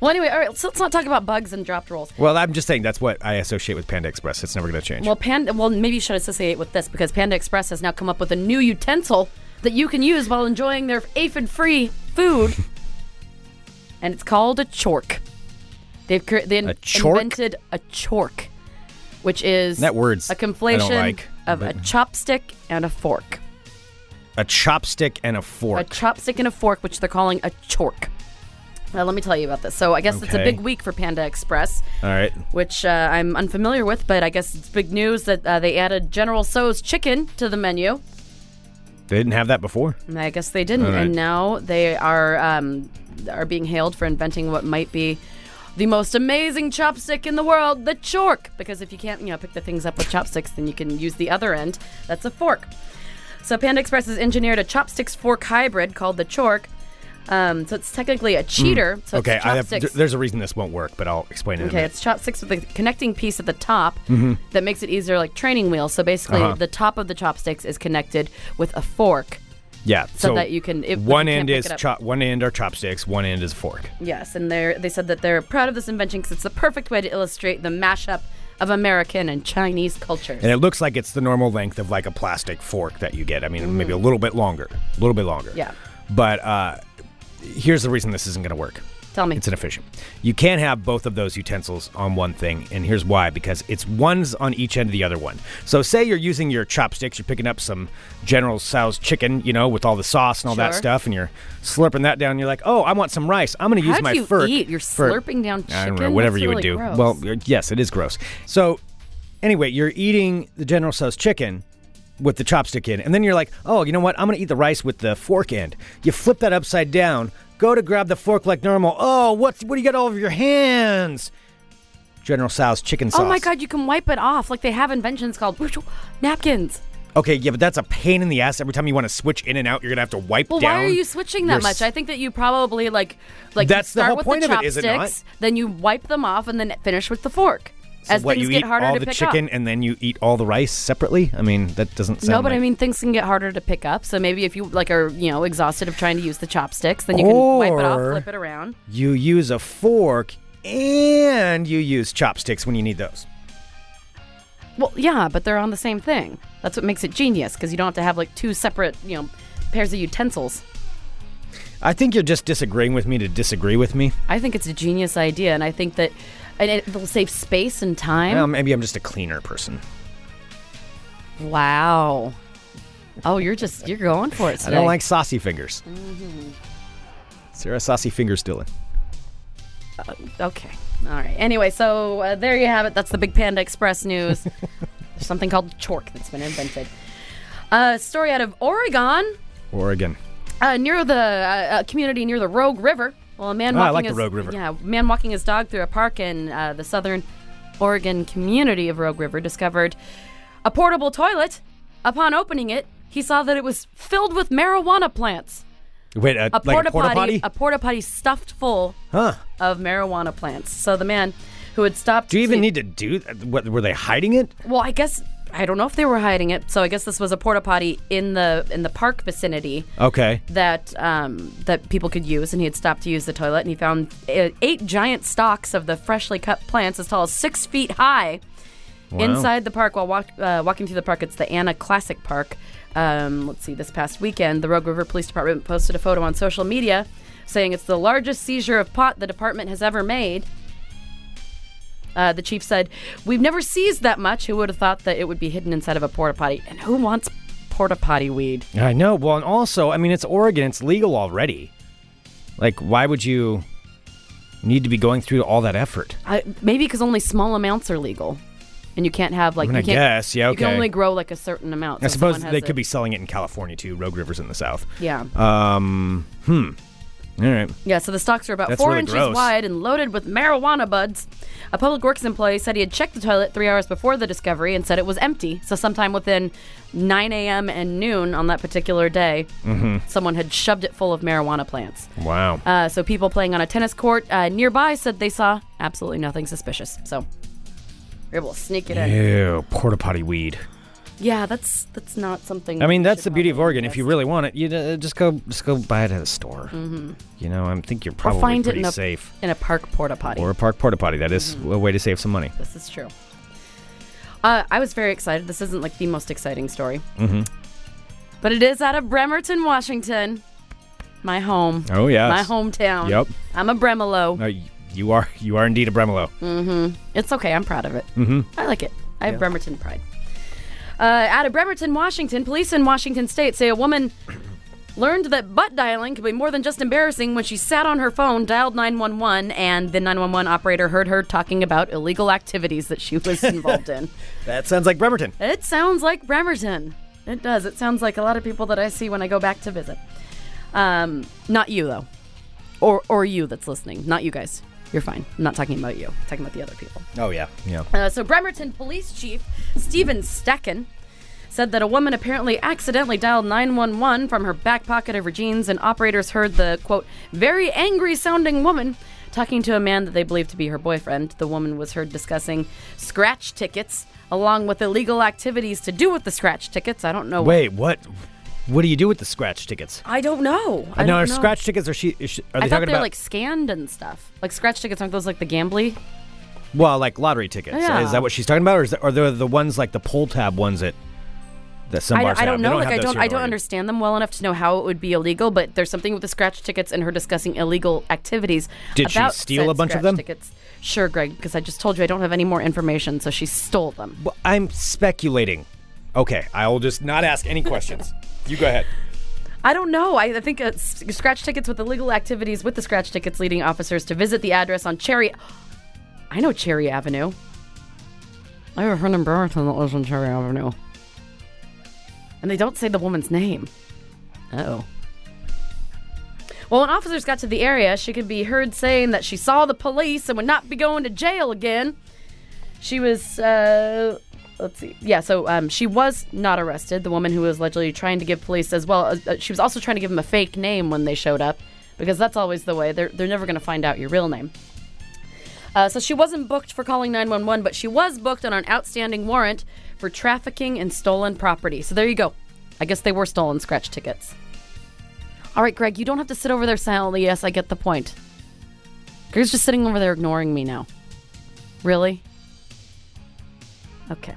Speaker 7: Well, anyway, all right. So let's not talk about bugs and dropped rolls.
Speaker 6: Well, I'm just saying that's what I associate with Panda Express. It's never going to change.
Speaker 7: Well, Panda. Well, maybe you should associate with this because Panda Express has now come up with a new utensil that you can use while enjoying their aphid-free
Speaker 6: <laughs>
Speaker 7: food, and it's called a chork. They've cre- they in-
Speaker 6: A chork?
Speaker 7: invented a chork, which is
Speaker 6: That word's-
Speaker 7: a
Speaker 6: I don't
Speaker 7: conflation
Speaker 6: like,
Speaker 7: of a
Speaker 6: but-
Speaker 7: chopstick and a fork.
Speaker 6: a chopstick and a fork.
Speaker 7: A chopstick and a fork, which they're calling a chork. Now, let me tell you about this. So, I guess it's a
Speaker 6: Okay.
Speaker 7: big week for Panda Express.
Speaker 6: all right.
Speaker 7: which uh, I'm unfamiliar with, but I guess it's big news that uh, they added General So's chicken to the menu.
Speaker 6: They didn't have that before.
Speaker 7: And I guess they didn't,
Speaker 6: All right.
Speaker 7: and now they are um, are being hailed for inventing what might be the most amazing chopstick in the world, the chork. Because if you can't, you know, pick the things up with chopsticks, then you can use the other end. That's a fork. So Panda Express has engineered a chopsticks fork hybrid called the chork. Um, so it's technically a cheater. so
Speaker 6: Mm. okay,
Speaker 7: it's
Speaker 6: I have,
Speaker 7: chopsticks.
Speaker 6: th- there's a reason this won't work, but I'll explain it. in a
Speaker 7: Okay,
Speaker 6: minute. Mm-hmm.
Speaker 7: it's chopsticks with a connecting piece at the top that makes it easier, like training wheels. So basically,
Speaker 6: Uh-huh.
Speaker 7: the top of the chopsticks is connected with a fork.
Speaker 6: yeah. So,
Speaker 7: that you can- if- like,
Speaker 6: one
Speaker 7: you can't
Speaker 6: end
Speaker 7: pick
Speaker 6: is
Speaker 7: it up.
Speaker 6: chop, one end are chopsticks, one end is a fork.
Speaker 7: Yes, and they are they said that they're proud of this invention because it's the perfect way to illustrate the mashup of American and Chinese cultures.
Speaker 6: And it looks like it's the normal length of like a plastic fork that you get. I mean, maybe a little bit longer, a little bit longer.
Speaker 7: Mm. Yeah.
Speaker 6: But uh, here's the reason this isn't going to work.
Speaker 7: Tell me.
Speaker 6: It's inefficient. You can't have both of those utensils on one thing, and here's why: because it's one's on each end of the other one. So, say you're using your chopsticks, you're picking up some General Tso's chicken, you know, with all the sauce and all that
Speaker 7: Sure.
Speaker 6: stuff, and you're slurping that down. And you're like, oh, I want some rice. I'm going to
Speaker 7: How
Speaker 6: use
Speaker 7: do
Speaker 6: my
Speaker 7: you
Speaker 6: fork.
Speaker 7: eat? You're
Speaker 6: for-"
Speaker 7: slurping down
Speaker 6: I don't know,
Speaker 7: chicken?
Speaker 6: whatever
Speaker 7: That's
Speaker 6: you would
Speaker 7: really
Speaker 6: do.
Speaker 7: gross.
Speaker 6: Well, uh, yes, it is gross. So, anyway, you're eating the General Tso's chicken with the chopstick in, and then you're like, oh, you know what? I'm gonna eat the rice with the fork end. You flip that upside down, go to grab the fork like normal. Oh, what's what do you got all over your hands? General Tso's chicken sauce.
Speaker 7: oh my God, you can wipe it off. Like they have inventions called <laughs> napkins.
Speaker 6: Okay, yeah, but that's a pain in the ass. Every time you want to switch in and out, you're gonna have to wipe
Speaker 7: Well,
Speaker 6: down.
Speaker 7: why are you switching that
Speaker 6: your
Speaker 7: much?
Speaker 6: s-
Speaker 7: I think that you probably like like
Speaker 6: That's the
Speaker 7: you start
Speaker 6: whole
Speaker 7: with
Speaker 6: point
Speaker 7: the
Speaker 6: of it, is
Speaker 7: chopsticks,
Speaker 6: it not?
Speaker 7: then you wipe them off, and then finish with the fork.
Speaker 6: So
Speaker 7: As
Speaker 6: what,
Speaker 7: things
Speaker 6: you
Speaker 7: get
Speaker 6: eat
Speaker 7: harder
Speaker 6: all
Speaker 7: to
Speaker 6: the
Speaker 7: pick
Speaker 6: chicken
Speaker 7: up.
Speaker 6: and then you eat all the rice separately? I mean, that doesn't sound
Speaker 7: No, but I
Speaker 6: like-
Speaker 7: mean things can get harder to pick up. So maybe if you like are you know exhausted of trying to use the chopsticks, then you can wipe it off,
Speaker 6: Or-
Speaker 7: flip it around.
Speaker 6: you use a fork and you use chopsticks when you need those.
Speaker 7: Well, yeah, but they're on the same thing. That's what makes it genius because you don't have to have like two separate you know pairs of utensils.
Speaker 6: I think you're just disagreeing with me to disagree with me.
Speaker 7: I think it's a genius idea, and I think that and it, it'll save space and time.
Speaker 6: Well, maybe I'm just a cleaner person.
Speaker 7: Wow. Oh, you're just you're going for it
Speaker 6: I
Speaker 7: today. Mm-hmm.
Speaker 6: don't like saucy fingers. Sarah Saucy Fingers Dylan.
Speaker 7: Okay. All right. Anyway, so uh, there you have it. That's the Big Panda Express
Speaker 6: <laughs>
Speaker 7: news. There's something called chork that's been invented. A uh, story out of Oregon,
Speaker 6: Oregon.
Speaker 7: uh, near the uh, uh, community near the Rogue River. Well, a man
Speaker 6: Ah, I
Speaker 7: walking
Speaker 6: like the
Speaker 7: his,
Speaker 6: Rogue River.
Speaker 7: Yeah, a man walking his dog through a park in uh, the southern Oregon community of Rogue River discovered a portable toilet. Upon opening it, he saw that it was filled with marijuana plants.
Speaker 6: Wait, uh,
Speaker 7: a
Speaker 6: like
Speaker 7: porta
Speaker 6: a porta potty?
Speaker 7: a porta potty stuffed full
Speaker 6: huh.
Speaker 7: of marijuana plants. So the man who had stopped.
Speaker 6: Do you even
Speaker 7: to-
Speaker 6: need to do that? What, were they hiding it?
Speaker 7: Well, I guess I don't know if they were hiding it. So I guess this was a porta potty in the in the park vicinity
Speaker 6: Okay.
Speaker 7: that um, that people could use, and he had stopped to use the toilet, and he found uh, eight giant stalks of the freshly cut plants as tall as six feet high inside the park while walk, uh, walking through the park. It's the Anna Classic Park. Um, let's see, this past weekend, the Rogue River Police Department posted a photo on social media saying it's the largest seizure of pot the department has ever made. Uh, the chief said, We've never seized that much. Who would have thought that it would be hidden inside of a porta potty? And who wants porta potty weed?
Speaker 6: I know. Well, and also, I mean, it's Oregon. It's legal already. Like, why would you need to be going through all that effort?
Speaker 7: I, maybe because only small amounts are legal, and you can't have like
Speaker 6: I mean,
Speaker 7: you
Speaker 6: I
Speaker 7: can't,
Speaker 6: guess, yeah,
Speaker 7: you can
Speaker 6: okay.
Speaker 7: only grow like a certain amount.
Speaker 6: I
Speaker 7: so if
Speaker 6: suppose
Speaker 7: someone
Speaker 6: they
Speaker 7: has
Speaker 6: could
Speaker 7: it-
Speaker 6: be selling it in California too. Rogue River's in the south.
Speaker 7: Yeah,
Speaker 6: Um. Hmm. All right.
Speaker 7: yeah. So the stalks are about
Speaker 6: That's
Speaker 7: four
Speaker 6: really
Speaker 7: inches
Speaker 6: gross.
Speaker 7: wide and loaded with marijuana buds. A public works employee said he had checked the toilet three hours before the discovery and said it was empty. So sometime within 9 a.m. and noon on that particular day,
Speaker 6: Mm-hmm.
Speaker 7: someone had shoved it full of marijuana plants.
Speaker 6: Wow.
Speaker 7: Uh, so people playing on a tennis court uh, nearby said they saw absolutely nothing suspicious. So. we are able to sneak it in.
Speaker 6: Ew, porta potty weed.
Speaker 7: Yeah, that's that's not something.
Speaker 6: I mean,
Speaker 7: we
Speaker 6: that's
Speaker 7: should
Speaker 6: the beauty of
Speaker 7: probably
Speaker 6: Oregon. If you
Speaker 7: invest
Speaker 6: really want it, you uh, just go just go buy it at a store. You know, I think you're
Speaker 7: in. Mm-hmm.
Speaker 6: probably
Speaker 7: or find it
Speaker 6: pretty
Speaker 7: in a Mm-hmm.
Speaker 6: safe.
Speaker 7: in a park porta potty.
Speaker 6: Or a park porta potty. That is a way to save some money.
Speaker 7: This is true. Uh, I was very excited. This isn't like the most exciting story, mm-hmm. but it is out of Bremerton, Washington, my home.
Speaker 6: Oh yes.
Speaker 7: My hometown.
Speaker 6: Yep.
Speaker 7: I'm a Bremelo.
Speaker 6: No, y- you are you are indeed a Bremelo.
Speaker 7: Mm. It's okay. I'm proud of it. Mm-hmm. I like it. I have Bremerton pride. Uh, out of Bremerton, Washington, police in Washington State say a woman <clears throat> learned that butt dialing could be more than just embarrassing when she sat on her phone, dialed 911, and the 911 operator heard her talking about illegal activities that she was involved in.
Speaker 6: That sounds like Bremerton.
Speaker 7: It sounds like Bremerton. It does. It sounds like a lot of people that I see when I go back to visit. Um, not you though, or or you that's listening. Not you guys. You're fine. I'm not talking about you. I'm talking about the other people.
Speaker 6: Oh yeah. Yeah.
Speaker 7: Uh, so Bremerton Police Chief Stephen Stecken said that a woman apparently accidentally dialed 911 from her back pocket of her jeans, and operators heard the quote very angry sounding woman talking to a man that they believed to be her boyfriend. The woman was heard discussing scratch tickets along with illegal activities to do with the scratch tickets. I don't know.
Speaker 6: Wait, what? What do you do with the scratch tickets?
Speaker 7: I don't know. I
Speaker 6: now,
Speaker 7: don't
Speaker 6: are
Speaker 7: know.
Speaker 6: scratch tickets are she? Is she are they
Speaker 7: I thought
Speaker 6: talking
Speaker 7: they're
Speaker 6: about
Speaker 7: like scanned and stuff. Like scratch tickets aren't those like the gambly?
Speaker 6: well, like lottery tickets?
Speaker 7: Yeah.
Speaker 6: Is that what she's talking about, or is that, are there the ones like the pull tab ones that that some
Speaker 7: I,
Speaker 6: bars
Speaker 7: I don't
Speaker 6: have? They
Speaker 7: know. like
Speaker 6: have
Speaker 7: I
Speaker 6: those
Speaker 7: don't
Speaker 6: here in
Speaker 7: I don't
Speaker 6: Oregon.
Speaker 7: understand them well enough to know how it would be illegal. But there's something with the scratch tickets and her discussing illegal activities.
Speaker 6: Did she
Speaker 7: about
Speaker 6: steal
Speaker 7: said
Speaker 6: a bunch of
Speaker 7: scratch
Speaker 6: them?
Speaker 7: Tickets. Sure, Greg, because I just told you I don't have any more information, so she stole them.
Speaker 6: Well, I'm speculating. Okay, I will just not ask any <laughs> questions. you go ahead.
Speaker 7: I don't know. I, I think uh, s- scratch tickets with illegal activities with the scratch tickets leading officers to visit the address on Cherry. I know Cherry Avenue. I have a friend in Bremerton that lives on Cherry Avenue. And they don't say the woman's name. Oh. Well, when officers got to the area, she could be heard saying that she saw the police and would not be going to jail again. She was, uh, let's see. Yeah, so um, she was not arrested. The woman who was allegedly trying to give police as well. as- Uh, she was also trying to give them a fake name when they showed up because that's always the way. They're, they're never going to find out your real name. Uh, so she wasn't booked for calling 911, but she was booked on an outstanding warrant for trafficking in stolen property. So there you go. I guess they were stolen scratch tickets. All right, Greg, you don't have to sit over there silently. Yes, I get the point. Greg's just sitting over there ignoring me now. Really? Okay.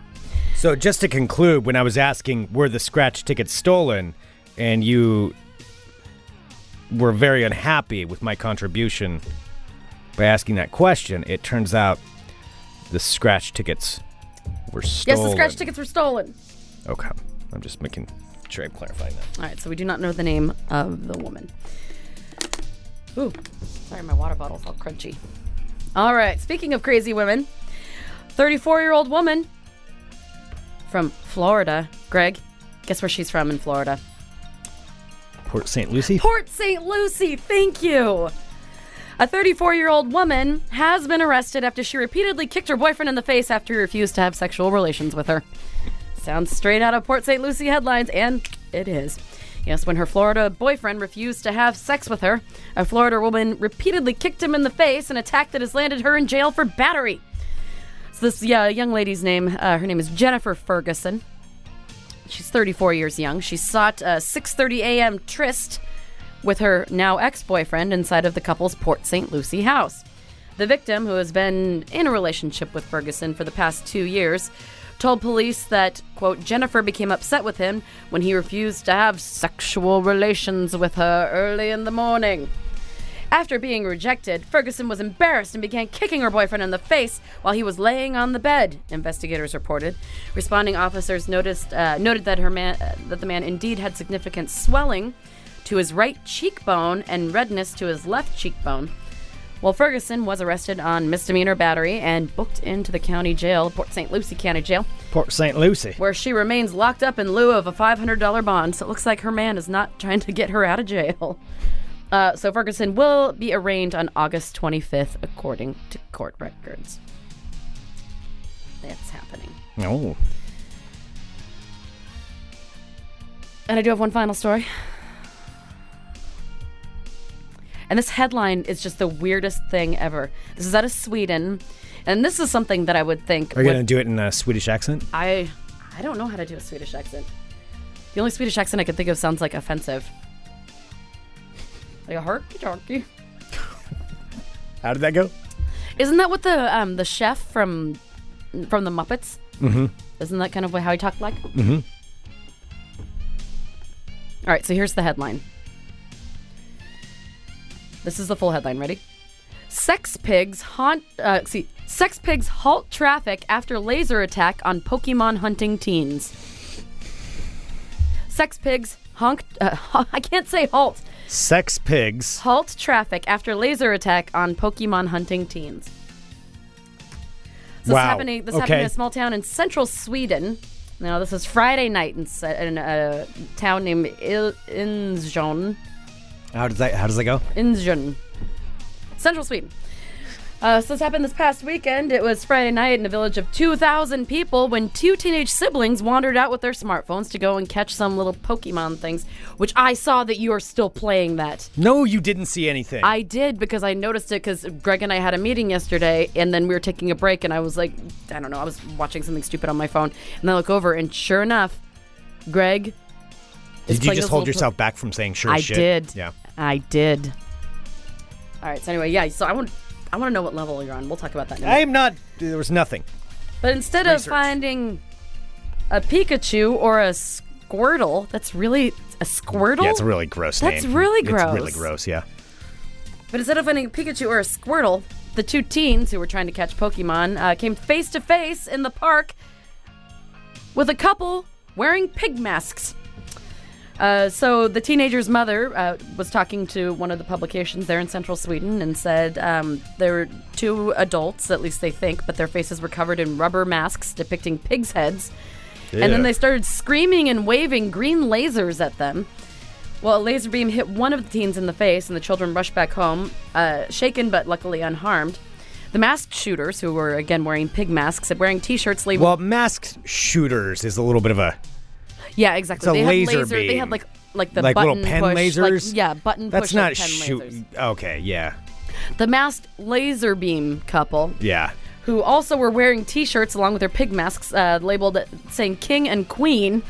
Speaker 6: So just to conclude, when I was asking were the scratch tickets stolen, and you were very unhappy with my contribution by asking that question, it turns out the scratch tickets were
Speaker 7: Yes,
Speaker 6: stolen.
Speaker 7: the scratch tickets were stolen.
Speaker 6: Okay, I'm just making sure I'm clarifying that.
Speaker 7: All right, so we do not know the name of the woman. Ooh, sorry, my water bottle's all crunchy. All right, speaking of crazy women, 34 year old woman from Florida. Greg, guess where she's from in Florida?
Speaker 6: Port St. Lucie.
Speaker 7: Port St. Lucie, thank you. A 34 year old woman has been arrested after she repeatedly kicked her boyfriend in the face after he refused to have sexual relations with her. Sounds straight out of Port St. Lucie headlines, and it is. Yes, when her Florida boyfriend refused to have sex with her, a Florida woman repeatedly kicked him in the face, an attack that has landed her in jail for battery. So this yeah, young lady's name, uh, her name is Jennifer Ferguson. She's 34 years young. She sought uh, a 6:30 a.m. tryst with her now ex-boyfriend inside of the couple's Port St. Lucie house. The victim, who has been in a relationship with Ferguson for the past 2 years, told police that, quote, Jennifer became upset with him when he refused to have sexual relations with her early in the morning. After being rejected, Ferguson was embarrassed and began kicking her boyfriend in the face while he was laying on the bed. Investigators reported. Responding officers noticed uh, noted that her man uh, that the man indeed had significant swelling to his right cheekbone and redness to his left cheekbone. Well, Ferguson was arrested on misdemeanor battery and booked into the county jail, Port St. Lucie County Jail,
Speaker 6: Port St. Lucie.
Speaker 7: where she remains locked up in lieu of a $500 bond. So it looks like her man is not <laughs> trying to get her out of jail. Uh, so Ferguson will be arraigned on August 25th, according to court records. That's happening.
Speaker 6: No.
Speaker 7: And I do have one final story. And this headline is just the weirdest thing ever. This is out of Sweden. And this is something that I would think
Speaker 6: Are you
Speaker 7: would
Speaker 6: gonna do it in a Swedish accent?
Speaker 7: I I don't know how to do a Swedish accent. The only Swedish accent I can think of sounds like offensive. Like a harky talkie.
Speaker 6: How did that go?
Speaker 7: Isn't that what the um, the chef from from the Muppets? Mm-hmm. Isn't that kind of how he talked like? Mm-hmm. right, so here's the headline. This is the full headline. Ready? Sex pigs haunt. Uh, see, sex pigs halt traffic after laser attack on Pokemon hunting teens. Sex pigs honked. Uh, <laughs> I can't say halt.
Speaker 6: Sex pigs.
Speaker 7: Halt traffic after laser attack on Pokemon hunting teens. So This
Speaker 6: Wow.
Speaker 7: happening. This
Speaker 6: Okay.
Speaker 7: happened in a small town in central Sweden. Now this is Friday night in, se- in a town named Il- Insjön.
Speaker 6: How does that? How does that go?
Speaker 7: Insjön, central Sweden. Uh, so this happened this past weekend. It was Friday night in a village of 2,000 people when two teenage siblings wandered out with their smartphones to go and catch some little Pokemon things, which I saw that you are still playing that.
Speaker 6: No, you didn't see anything.
Speaker 7: I did because I noticed it because Greg and I had a meeting yesterday, and then we were taking a break, and I was like, I don't know, I was watching something stupid on my phone, and I look over, and sure enough, Greg. is
Speaker 6: did you
Speaker 7: playing
Speaker 6: just
Speaker 7: those
Speaker 6: hold
Speaker 7: little-
Speaker 6: yourself back from saying sure
Speaker 7: I
Speaker 6: Oh, shit?
Speaker 7: did.
Speaker 6: Yeah.
Speaker 7: I did. All right. So anyway, yeah. So I want, I want to know what level you're on. We'll talk about that. In a minute.
Speaker 6: I'm not. There was nothing.
Speaker 7: But instead
Speaker 6: Research.
Speaker 7: of finding a Pikachu or a Squirtle, that's really a Squirtle.
Speaker 6: Yeah, it's a really gross
Speaker 7: That's
Speaker 6: name.
Speaker 7: really
Speaker 6: It's really
Speaker 7: gross.
Speaker 6: gross. Yeah.
Speaker 7: But instead of finding a Pikachu or a Squirtle, the two teens who were trying to catch Pokemon uh, came face to face in the park with a couple wearing pig masks. Uh, so the teenager's mother uh, was talking to one of the publications there in central Sweden and said um, there were two adults, at least they think, but their faces were covered in rubber masks depicting pigs' heads. And then
Speaker 6: Ew.
Speaker 7: they started screaming and waving green lasers at them. Well, a laser beam hit one of the teens in the face, and the children rushed back home, uh, shaken but luckily unharmed. The masked shooters, who were again wearing pig masks and wearing T-shirts labeled
Speaker 6: Well, masked shooters is a little bit of a
Speaker 7: yeah, exactly.
Speaker 6: It's a
Speaker 7: they
Speaker 6: laser
Speaker 7: had laser. They
Speaker 6: beam.
Speaker 7: had like like the
Speaker 6: like
Speaker 7: button
Speaker 6: little pen
Speaker 7: push, like-
Speaker 6: lasers.
Speaker 7: yeah, button.
Speaker 6: That's
Speaker 7: push,
Speaker 6: not
Speaker 7: like, pen
Speaker 6: shoot.
Speaker 7: Lasers.
Speaker 6: Okay. Yeah.
Speaker 7: The masked laser beam couple,
Speaker 6: Yeah.
Speaker 7: who also were wearing T-shirts along with their pig masks uh, labeled saying "King" and "Queen."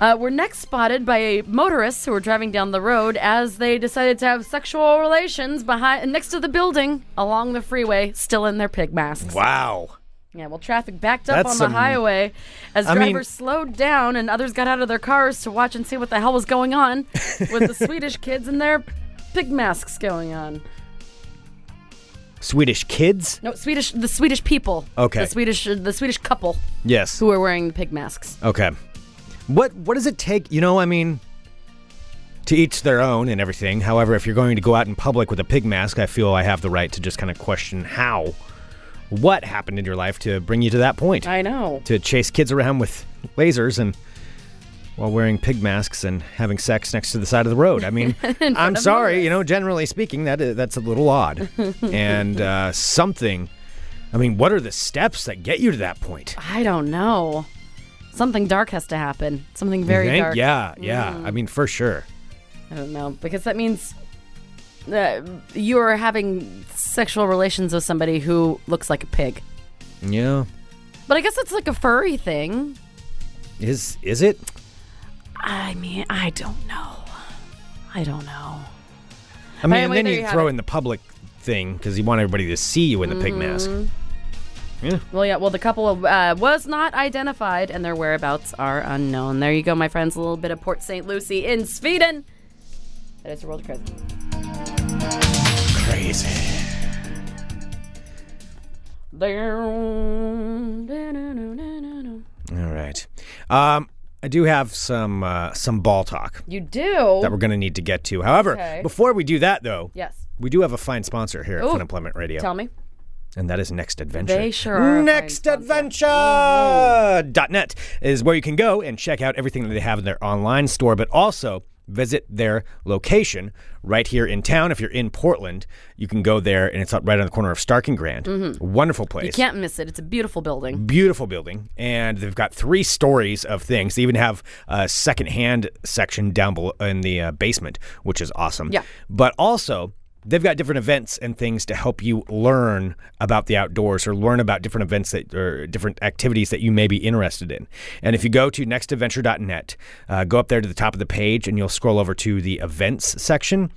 Speaker 7: Uh, were next spotted by motorists who were driving down the road as they decided to have sexual relations behind next to the building along the freeway, still in their pig masks.
Speaker 6: Wow.
Speaker 7: Yeah, well, traffic backed up
Speaker 6: That's
Speaker 7: on
Speaker 6: some-
Speaker 7: the highway as
Speaker 6: I mean-
Speaker 7: drivers slowed down and others got out of their cars to watch and see what the hell was going
Speaker 6: <laughs>
Speaker 7: on with the Swedish kids and their pig masks going on.
Speaker 6: Swedish kids.
Speaker 7: No, Swedish, the Swedish people.
Speaker 6: Okay.
Speaker 7: The Swedish, the Swedish couple
Speaker 6: Yes.
Speaker 7: who are wearing pig masks.
Speaker 6: Okay. What what does it take? You know, I mean, to each their own and everything. However, if you're going to go out in public with a pig mask, I feel I have the right to just kind of question how what happened in your life to bring you to that point.
Speaker 7: I know.
Speaker 6: to chase kids around with lasers and while wearing pig masks and having sex next to the side of the road. I mean, I'm sorry, you know, generally speaking, that is, that's a little odd. and uh, something I mean, what are the steps that get you to that point?
Speaker 7: I don't know. Something dark has to happen. Something very
Speaker 6: Think-
Speaker 7: dark. Mm.
Speaker 6: Yeah, yeah. I mean, for sure.
Speaker 7: I don't know because that means uh, you are having sexual relations with somebody who looks like a pig.
Speaker 6: Yeah.
Speaker 7: But I guess it's like a furry thing.
Speaker 6: Is is it?
Speaker 7: I mean, I don't know. I don't know.
Speaker 6: I mean,
Speaker 7: anyway,
Speaker 6: and then
Speaker 7: there
Speaker 6: you,
Speaker 7: you have
Speaker 6: throw
Speaker 7: it.
Speaker 6: in the public thing because you want everybody to see you in the pig mask.
Speaker 7: Mm-hmm. Well, yeah. Well, the couple uh, was not identified, and their whereabouts are unknown. There you go, my friends. A little bit of Port St. Lucie in Sweden. That is a world crazy.
Speaker 6: Crazy. All right. Um, I do have some uh, some ball talk
Speaker 7: You
Speaker 6: that
Speaker 7: do.
Speaker 6: we're going to need to get to. However,
Speaker 7: Okay.
Speaker 6: before we do that, though,
Speaker 7: Yes.
Speaker 6: we do have a fine sponsor here at
Speaker 7: Ooh.
Speaker 6: Fun Employment Radio,
Speaker 7: Tell me.
Speaker 6: and that is Next Adventure.
Speaker 7: They sure are.
Speaker 6: Next NextAdventure.net is where you can go and check out everything that they have in their online store, but also visit their location right here in town. If you're in Portland, you can go there, and it's up right on the corner of Stark and Grand. Wonderful place.
Speaker 7: Mm-hmm. You can't miss it. It's a beautiful building.
Speaker 6: Beautiful building, and they've got three stories of things. They even have a secondhand section down below in the uh, basement, which is awesome.
Speaker 7: Yeah.
Speaker 6: But also, they've got different events and things to help you learn about the outdoors or learn about different events that or different activities that you may be interested in. And if you go to nextadventure.net, uh, go up there to the top of the page and you'll scroll over to the events section.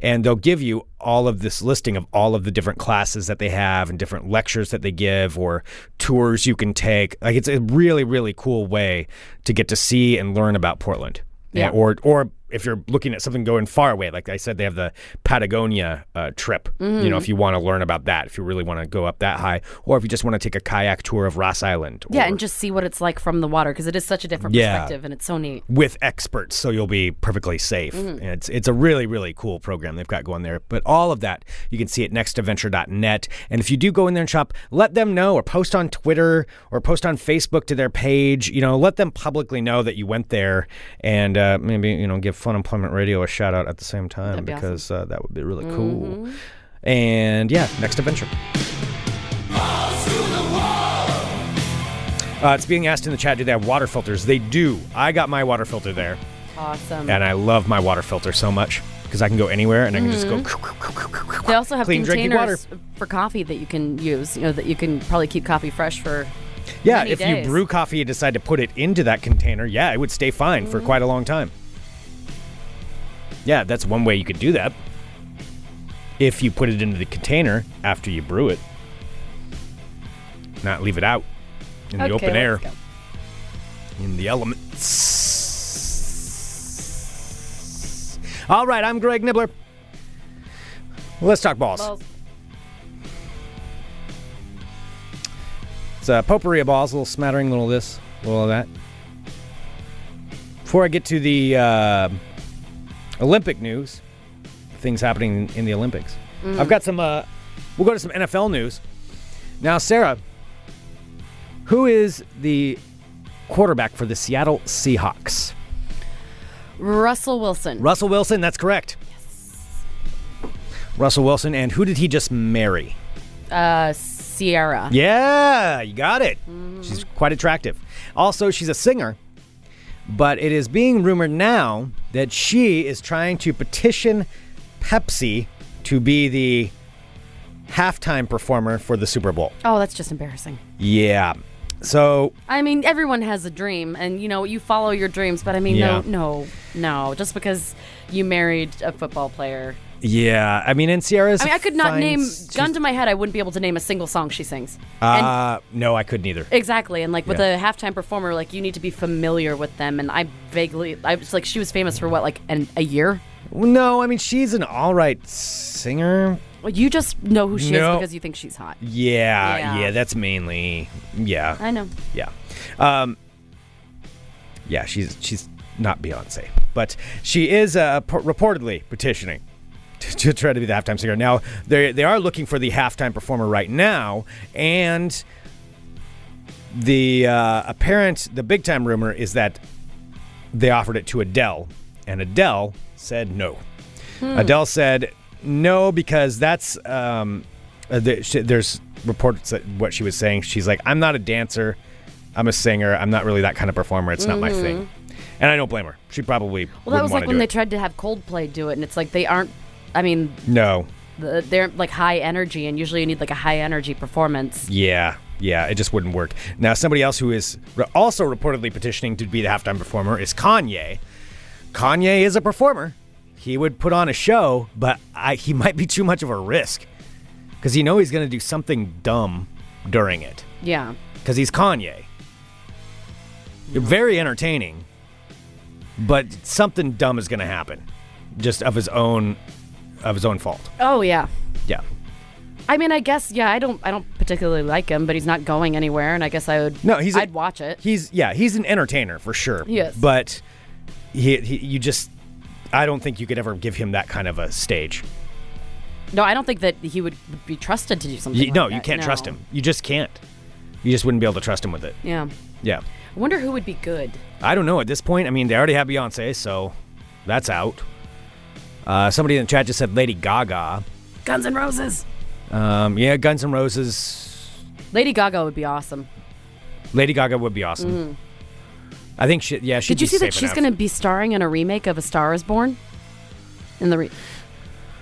Speaker 6: And they'll give you all of this listing of all of the different classes that they have and different lectures that they give or tours you can take. Like it's a really, really cool way to get to see and learn about Portland.
Speaker 7: Yeah.
Speaker 6: And- or or if you're looking at something going far away, like I said, they have the Patagonia uh, trip. You know, if
Speaker 7: Mm-hmm.
Speaker 6: you want to learn about that, if you really want to go up that high, or if you just want to take a kayak tour of Ross Island.
Speaker 7: Yeah,
Speaker 6: or-
Speaker 7: and just see what it's like from the water because it is such a different
Speaker 6: Yeah.
Speaker 7: perspective and it's so neat.
Speaker 6: with experts, so you'll be perfectly safe.
Speaker 7: Mm-hmm.
Speaker 6: And it's it's a really really cool program they've got going there. But all of that you can see at nextadventure.net. And if you do go in there and shop, let them know, or post on Twitter, or post on Facebook to their page. You know, let them publicly know that you went there, and uh, maybe you know give Fun Employment Radio a shout out at the same time
Speaker 7: be awesome. Mm-hmm.
Speaker 6: because uh, that would be really cool. And yeah, next adventure. Uh, it's being asked in the chat, do they have water filters? They do. I got my water filter there
Speaker 7: Awesome.
Speaker 6: and I love my water filter so much because I can go anywhere and I can just go.
Speaker 7: They also have
Speaker 6: Clean drinking
Speaker 7: containers for coffee that you can use. You know that you can probably keep coffee fresh for.
Speaker 6: <laughs> Yeah,
Speaker 7: Many
Speaker 6: if
Speaker 7: days.
Speaker 6: you brew coffee and decide to put it into that container, yeah, it would stay fine for quite a long time. Yeah, that's one way you could do that. If you put it into the container after you brew it, not leave it out in the open air, in the elements. All right, I'm Greg Nibbler. Well, let's talk balls.
Speaker 7: Balls.
Speaker 6: It's a potpourri of balls, a little smattering, a little this, a little of that. Before I get to the uh, Olympic news, things happening in the Olympics, I've got some. Uh, we'll go to some NFL news. Now, Sarah, who is the quarterback for the Seattle Seahawks?
Speaker 7: Russell Wilson.
Speaker 6: Russell Wilson, that's correct. Russell Wilson, and who did he just marry?
Speaker 7: uh, Sierra.
Speaker 6: Yeah, you got it.
Speaker 7: Mm-hmm.
Speaker 6: She's quite attractive. Also, she's a singer, but it is being rumored now that she is trying to petition Pepsi to be the halftime performer for the Super Bowl.
Speaker 7: Oh, that's just embarrassing.
Speaker 6: Yeah. So,
Speaker 7: I mean, everyone has a dream, and you know you follow your dreams. But I mean,
Speaker 6: Yeah.
Speaker 7: no, no, no. Just because you married a football player,
Speaker 6: yeah, I mean, and Sierra's.
Speaker 7: I mean, I could not
Speaker 6: fine-
Speaker 7: name
Speaker 6: she's-
Speaker 7: gun to my head. I wouldn't be able to name a single song she sings. And-
Speaker 6: Uh, no, I couldn't either.
Speaker 7: Exactly, and like with
Speaker 6: Yeah.
Speaker 7: a halftime performer, like you need to be familiar with them. And I vaguely, I was like, she was famous for what, like an, a year?
Speaker 6: Well, No, I mean, she's an all right singer.
Speaker 7: Well, you just know who she
Speaker 6: No.
Speaker 7: is because you think she's hot.
Speaker 6: Yeah, yeah,
Speaker 7: Yeah.
Speaker 6: that's mainly. Yeah.
Speaker 7: I know.
Speaker 6: Yeah. Um, yeah, she's she's not Beyonce, but she is uh, p- reportedly petitioning to, <laughs> to try to be the halftime singer. Now they they are looking for the halftime performer right now, and the uh, apparent the big time rumor is that they offered it to Adele, and Adele said no.
Speaker 7: Hmm.
Speaker 6: Adele said no because that's um, uh, the, sh there's reports that what she was saying. She's like, I'm not a dancer, I'm a singer. I'm not really that kind of performer. It's not my thing, and I don't blame her. She probably
Speaker 7: Mm-hmm. Well, that
Speaker 6: wouldn't
Speaker 7: was
Speaker 6: wanna
Speaker 7: like
Speaker 6: do
Speaker 7: when they
Speaker 6: it.
Speaker 7: tried to have Coldplay do it, and it's like they aren't. I mean,
Speaker 6: no,
Speaker 7: th- they're like high energy, and usually you need like a high energy performance.
Speaker 6: yeah. Yeah, it just wouldn't work. Now, somebody else who is re- also reportedly petitioning to be the halftime performer is Kanye. Kanye is a performer. He would put on a show, but I, he might be too much of a risk because you know he's going to do something dumb during it.
Speaker 7: Yeah.
Speaker 6: because he's Kanye. Very entertaining, but something dumb is going to happen, just of his own, of his own fault.
Speaker 7: Oh yeah.
Speaker 6: Yeah,
Speaker 7: I mean, I guess yeah. I don't. I don't particularly like him, but he's not going anywhere, and I guess I would.
Speaker 6: no, he's.
Speaker 7: I'd
Speaker 6: a,
Speaker 7: watch it.
Speaker 6: He's yeah, he's an entertainer for sure.
Speaker 7: Yes.
Speaker 6: but he, he you just, I don't think you could ever give him that kind of a stage.
Speaker 7: no, I don't think that he would be trusted to do something.
Speaker 6: You,
Speaker 7: like
Speaker 6: no, you
Speaker 7: that.
Speaker 6: can't
Speaker 7: No.
Speaker 6: trust him. You just can't. You just wouldn't be able to trust him with it.
Speaker 7: Yeah.
Speaker 6: Yeah.
Speaker 7: I wonder who would be good.
Speaker 6: I don't know at this point. I mean, they already have Beyonce, so that's out. Uh, somebody in the chat just said Lady Gaga.
Speaker 7: Guns N' Roses.
Speaker 6: Um, yeah, Guns N' Roses.
Speaker 7: Lady Gaga would be awesome.
Speaker 6: Lady Gaga would be
Speaker 7: Mm.
Speaker 6: awesome. I think she. Yeah, she.
Speaker 7: Did you see that she's going to be starring in a remake of A Star Is Born? In the re-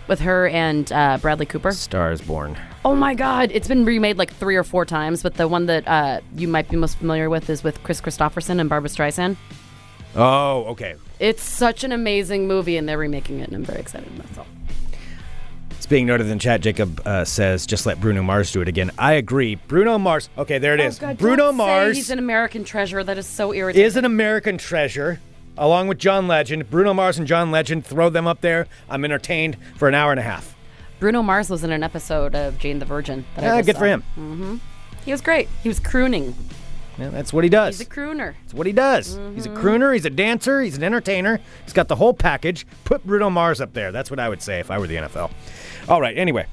Speaker 7: with her and uh, Bradley Cooper.
Speaker 6: Stars Born.
Speaker 7: Oh my God! It's been remade like three or four times, but the one that uh, you might be most familiar with is with Chris Christopherson and Barbara Streisand.
Speaker 6: Oh, okay.
Speaker 7: It's such an amazing movie, and they're remaking it, and I'm very excited. That's all.
Speaker 6: It's being noted in chat. Jacob uh, says, "Just let Bruno Mars do it again." I agree. Bruno Mars. Okay, there
Speaker 7: Oh,
Speaker 6: it is. Bruno Mars
Speaker 7: he's an American treasure. That is so irritating.
Speaker 6: is an American treasure, along with John Legend. Bruno Mars and John Legend. Throw them up there. I'm entertained for an hour and a half.
Speaker 7: Bruno Mars was in an episode of Jane the Virgin. That I
Speaker 6: Yeah,
Speaker 7: just
Speaker 6: good for
Speaker 7: saw.
Speaker 6: him.
Speaker 7: He was great. He was crooning.
Speaker 6: Yeah, that's what he does.
Speaker 7: He's a Mm-hmm. crooner.
Speaker 6: That's what he does. He's a crooner, he's a dancer, he's an entertainer. He's got the whole package. Put Bruno Mars up there. That's what I would say if I were the NFL. All right, anyway.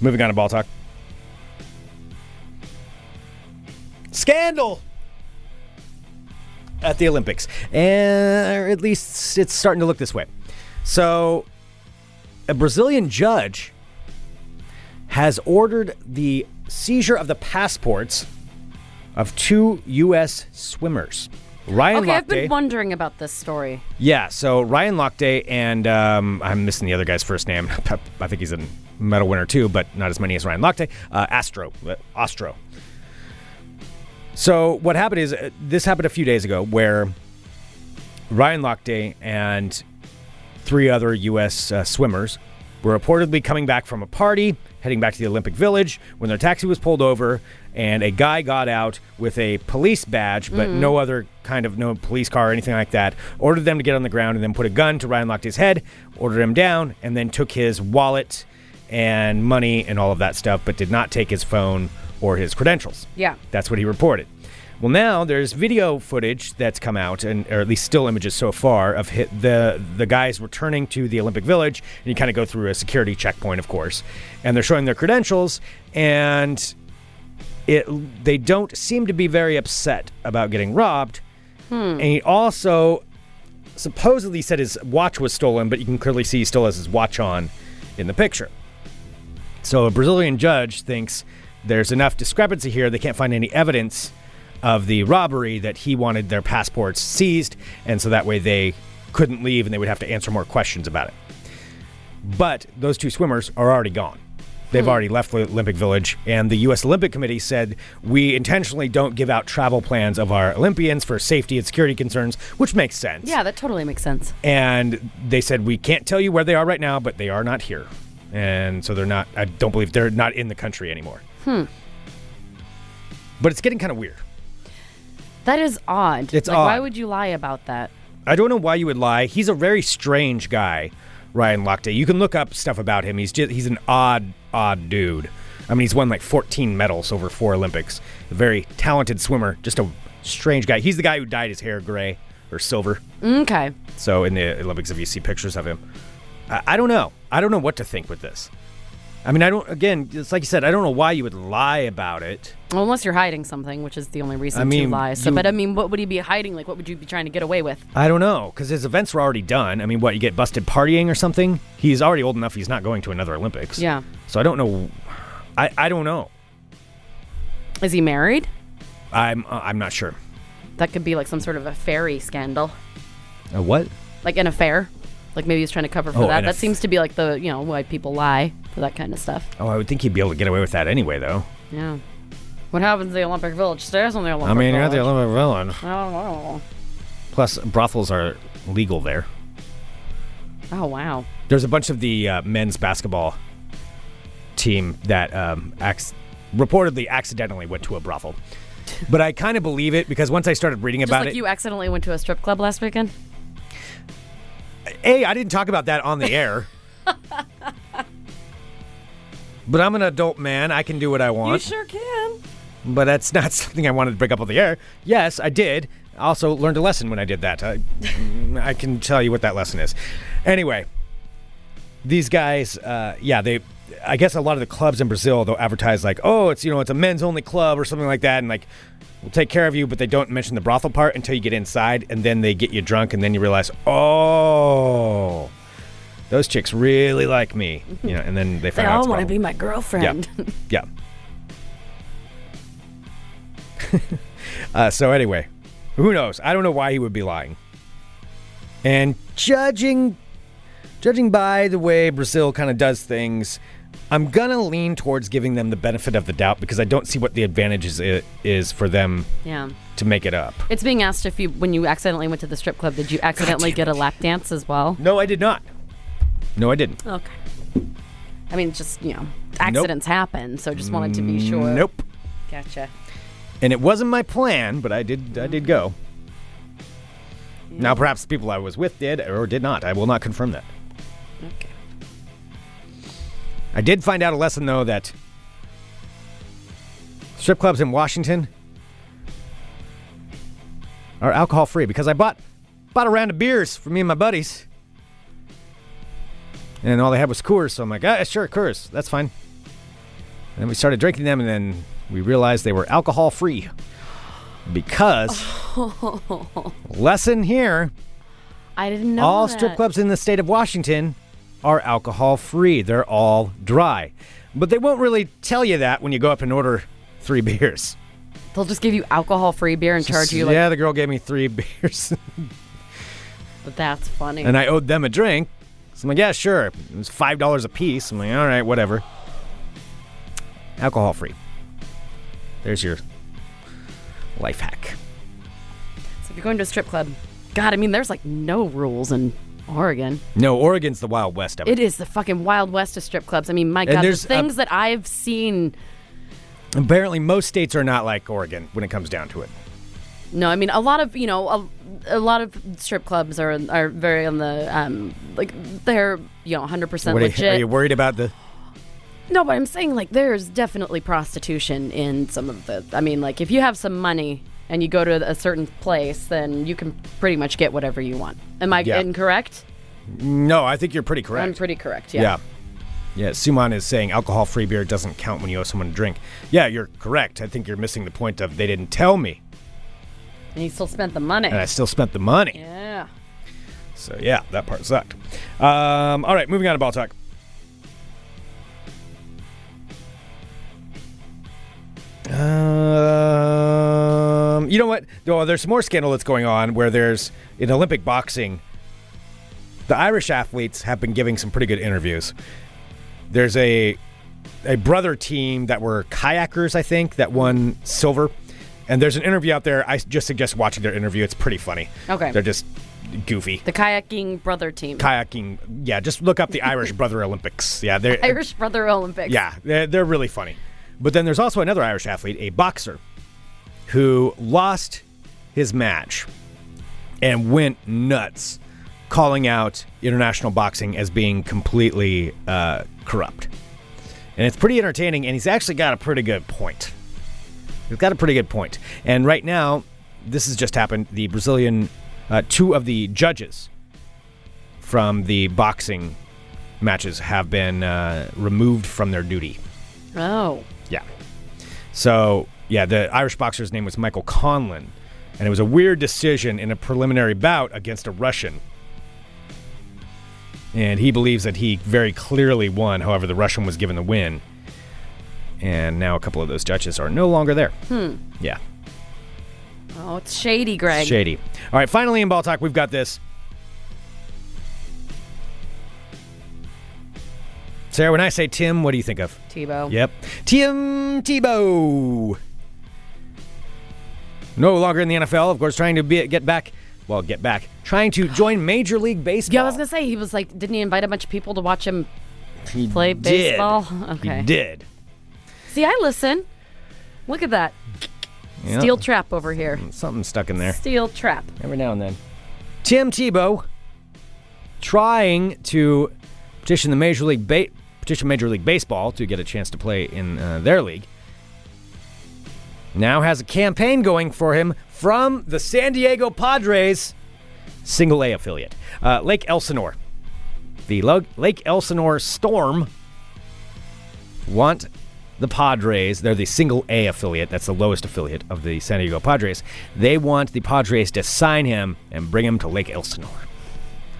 Speaker 6: Moving on to ball talk. Scandal at the Olympics. And or at least it's starting to look this way. So, a Brazilian judge has ordered the seizure of the passports of two U.S. swimmers. Ryan
Speaker 7: Okay, I've been
Speaker 6: Lochte-
Speaker 7: wondering about this story.
Speaker 6: yeah, so Ryan Lochte and um, I'm missing the other guy's first name. <laughs> I think he's a medal winner too, but not as many as Ryan Lochte. Uh, Astro, uh, Astro. So what happened is uh, this happened a few days ago, where Ryan Lochte and three other U.S. Uh, swimmers were reportedly coming back from a party, heading back to the Olympic Village, when their taxi was pulled over, and a guy got out with a police badge, but no other kind of no police car or anything like that. Ordered them to get on the ground, and then put a gun to Ryan Lochte's head, ordered him down, and then took his wallet and money and all of that stuff, but did not take his phone or his credentials.
Speaker 7: Yeah.
Speaker 6: That's what he reported. Well, now there's video footage that's come out, and or at least still images so far of hit the the guys returning to the Olympic Village, and you kind of go through a security checkpoint, of course, and they're showing their credentials, and it they don't seem to be very upset about getting robbed, and he also supposedly said his watch was stolen, but you can clearly see he still has his watch on in the picture. So a Brazilian judge thinks there's enough discrepancy here. They can't find any evidence of the robbery that he wanted their passports seized, and so that way they couldn't leave and they would have to answer more questions about it. But those two swimmers are already gone. They've already left the Olympic Village, and the U.S. Olympic Committee said we intentionally don't give out travel plans of our Olympians for safety and security concerns, which makes sense.
Speaker 7: Yeah, that totally makes sense.
Speaker 6: And they said, we can't tell you where they are right now, but they are not here. And so they're not, I don't believe they're not in the country anymore. Hmm. But it's getting kind of weird.
Speaker 7: That is odd.
Speaker 6: It's
Speaker 7: like, Why
Speaker 6: odd.
Speaker 7: would you lie about that?
Speaker 6: I don't know why you would lie. He's a very strange guy, Ryan Lochte. You can look up stuff about him. He's just, he's an odd, odd dude. I mean, he's won like 14 medals over four Olympics. A very talented swimmer, just a strange guy. He's the guy who dyed his hair gray or silver.
Speaker 7: Okay.
Speaker 6: So in the Olympics, if you see pictures of him, I, I don't know. I don't know what to think with this. I mean, I don't. Again, it's like you said. I don't know why you would lie about it.
Speaker 7: Well, unless you're hiding something, which is the only reason
Speaker 6: I mean,
Speaker 7: to lie. So,
Speaker 6: you-
Speaker 7: but I mean, what would he be hiding? Like, what would you be trying to get away with?
Speaker 6: I don't know because his events were already done. I mean, what you get busted partying or something? He's already old enough. He's not going to another Olympics.
Speaker 7: Yeah.
Speaker 6: So I don't know. I I don't know.
Speaker 7: Is he married?
Speaker 6: I'm uh, I'm not sure.
Speaker 7: That could be like some sort of a fairy scandal,
Speaker 6: A what?
Speaker 7: like an affair. Like maybe he's trying to cover for
Speaker 6: Oh,
Speaker 7: that.
Speaker 6: an
Speaker 7: That
Speaker 6: aff-
Speaker 7: seems to be like the you know why people lie for that kind of stuff.
Speaker 6: Oh, I would think he'd be able to get away with that anyway, though.
Speaker 7: Yeah. What happens to the Olympic Village? Stairs on the Olympic
Speaker 6: I mean, you're at
Speaker 7: Village.
Speaker 6: the Olympic Village.
Speaker 7: Oh,
Speaker 6: Plus, brothels are legal there.
Speaker 7: wow. Oh, wow.
Speaker 6: There's a bunch of the uh, men's basketball team that um, acc- reportedly accidentally went to
Speaker 7: <laughs>
Speaker 6: a brothel. But I kind of believe it because once I started reading
Speaker 7: Just
Speaker 6: about
Speaker 7: like
Speaker 6: it,
Speaker 7: you accidentally went to a strip club last weekend.
Speaker 6: A, I didn't talk about that on the
Speaker 7: <laughs>
Speaker 6: air. but I'm an adult man. I can do what I want.
Speaker 7: sure can.
Speaker 6: But that's not <laughs> something I wanted to bring up on the air. Yes, I did. I also learned a lesson when I did that. I, <laughs> I can tell you what that lesson is. Anyway, these guys, uh, yeah, they. I guess a lot of the clubs in Brazil they'll advertise like, oh, it's you know it's a men's only club or something like that, and like we'll take care of you, but they don't mention the brothel part until you get inside, and then they get you drunk, and then you realize, oh, those chicks really like me, you know, and then they
Speaker 7: They
Speaker 6: find out. it's
Speaker 7: all
Speaker 6: a
Speaker 7: want to
Speaker 6: brothel.
Speaker 7: be my girlfriend. <laughs>
Speaker 6: Yeah. <laughs> uh, so anyway, who knows? I don't know why he would be lying. And judging judging by the way Brazil kind of does things, I'm gonna lean towards giving them the benefit of the doubt because I don't see what the advantage is, is for them
Speaker 7: Yeah.
Speaker 6: to make it up.
Speaker 7: It's being asked if you, when you accidentally went to the strip club, did you accidentally get a lap dance as well?
Speaker 6: No, I did not. No, I didn't.
Speaker 7: Okay. I mean, it's just, you know, accidents happen, so just wanted to be sure.
Speaker 6: Mm, Nope.
Speaker 7: Gotcha.
Speaker 6: And it wasn't my plan, but I did. I did go. Now, perhaps the people I was with did or did not. I will not confirm that.
Speaker 7: Okay.
Speaker 6: I did find out a lesson though that strip clubs in Washington are alcohol free because I bought bought a round of beers for me and my buddies. And all they had was Coors, so I'm like, ah, sure, Coors, that's fine. And then we started drinking them, and then we realized they were alcohol free. Because, lesson here,
Speaker 7: I didn't know.
Speaker 6: all
Speaker 7: that.
Speaker 6: strip clubs in the state of Washington are alcohol free. They're all dry. But they won't really tell you that when you go up and order three <laughs> beers.
Speaker 7: They'll just give you alcohol free beer and charge you like
Speaker 6: yeah, the girl gave me three <laughs> beers
Speaker 7: that's funny.
Speaker 6: and I owed them a drink. So I'm like, yeah, sure. It was $5 a piece. I'm like, all right, whatever. Alcohol free. There's your life hack.
Speaker 7: so if you're going to a strip club, God, I mean, there's like no rules in Oregon.
Speaker 6: No, Oregon's the Wild West of
Speaker 7: It
Speaker 6: it.
Speaker 7: is the fucking wild west of strip clubs. I mean, my
Speaker 6: And
Speaker 7: God, the
Speaker 6: there's a-
Speaker 7: things that I've seen.
Speaker 6: Apparently, most states are not like Oregon when it comes down to it.
Speaker 7: No, I mean, a lot of you know, a, a lot of strip clubs are are very on the um like they're you know 100 percent
Speaker 6: What are, you,
Speaker 7: legit.
Speaker 6: are you worried about the.
Speaker 7: No, but I'm saying like there's definitely prostitution in some of the. I mean, like if you have some money and you go to a certain place, then you can pretty much get whatever you want. Am I
Speaker 6: Yeah.
Speaker 7: incorrect?
Speaker 6: No, I think you're pretty correct.
Speaker 7: I'm pretty correct.
Speaker 6: Yeah.
Speaker 7: Yeah.
Speaker 6: Yeah, Suman is saying alcohol free beer doesn't count when you owe someone a drink. Yeah, you're correct. I think you're missing the point of they didn't tell me,
Speaker 7: And you still spent the money.
Speaker 6: and I still spent the money.
Speaker 7: yeah.
Speaker 6: So, yeah, that part sucked. Um, all right, moving on to ball talk. Um, you know what? Oh, there's some more scandal that's going on where there's in Olympic boxing, the Irish athletes have been giving some pretty good interviews. There's a a brother team that were kayakers, I think, that won silver. And there's an interview out there. I just suggest watching their interview. It's pretty funny.
Speaker 7: Okay.
Speaker 6: They're just goofy.
Speaker 7: The kayaking brother team.
Speaker 6: Kayaking. Yeah, just look up the Irish Brother Olympics. Yeah, they're
Speaker 7: Irish Brother Olympics.
Speaker 6: yeah, they're, they're really funny. But then there's also another Irish athlete, a boxer, who lost his match and went nuts, calling out international boxing as being completely uh, corrupt. And it's pretty entertaining, and he's actually got a pretty good point. He's got a pretty good point. And right now, this has just happened. The Brazilian, uh, two of the judges from the boxing matches have been uh, removed from their duty.
Speaker 7: Oh.
Speaker 6: Yeah. So, yeah, the Irish boxer's name was Michael Conlon, and it was a weird decision in a preliminary bout against a Russian. And he believes that he very clearly won. However, the Russian was given the win. And now a couple of those judges are no longer there. Hmm. Yeah.
Speaker 7: Oh, it's shady, Greg.
Speaker 6: Shady. All right, finally in ball talk, we've got this. Sarah, when I say Tim, what do you think of?
Speaker 7: Tebow.
Speaker 6: Yep. Tim Tebow. No longer in the NFL, of course, trying to be, get back, well, get back, trying to join Major League Baseball.
Speaker 7: Yeah, I was gonna say he was like, didn't he invite a bunch of people to watch him play baseball? Okay.
Speaker 6: He did.
Speaker 7: See, I listen. Look at that
Speaker 6: Yeah,
Speaker 7: steel trap over here.
Speaker 6: Something stuck in there.
Speaker 7: Steel trap.
Speaker 6: every now and then. Tim Tebow trying to petition the Major League ba- petition Major League Baseball to get a chance to play in uh, their league. Now has a campaign going for him from the San Diego Padres single A affiliate, uh, Lake Elsinore. The Lo- Lake Elsinore Storm want the Padres, they're the single A affiliate, that's the lowest affiliate of the San Diego Padres. They want the Padres to sign him and bring him to Lake Elsinore.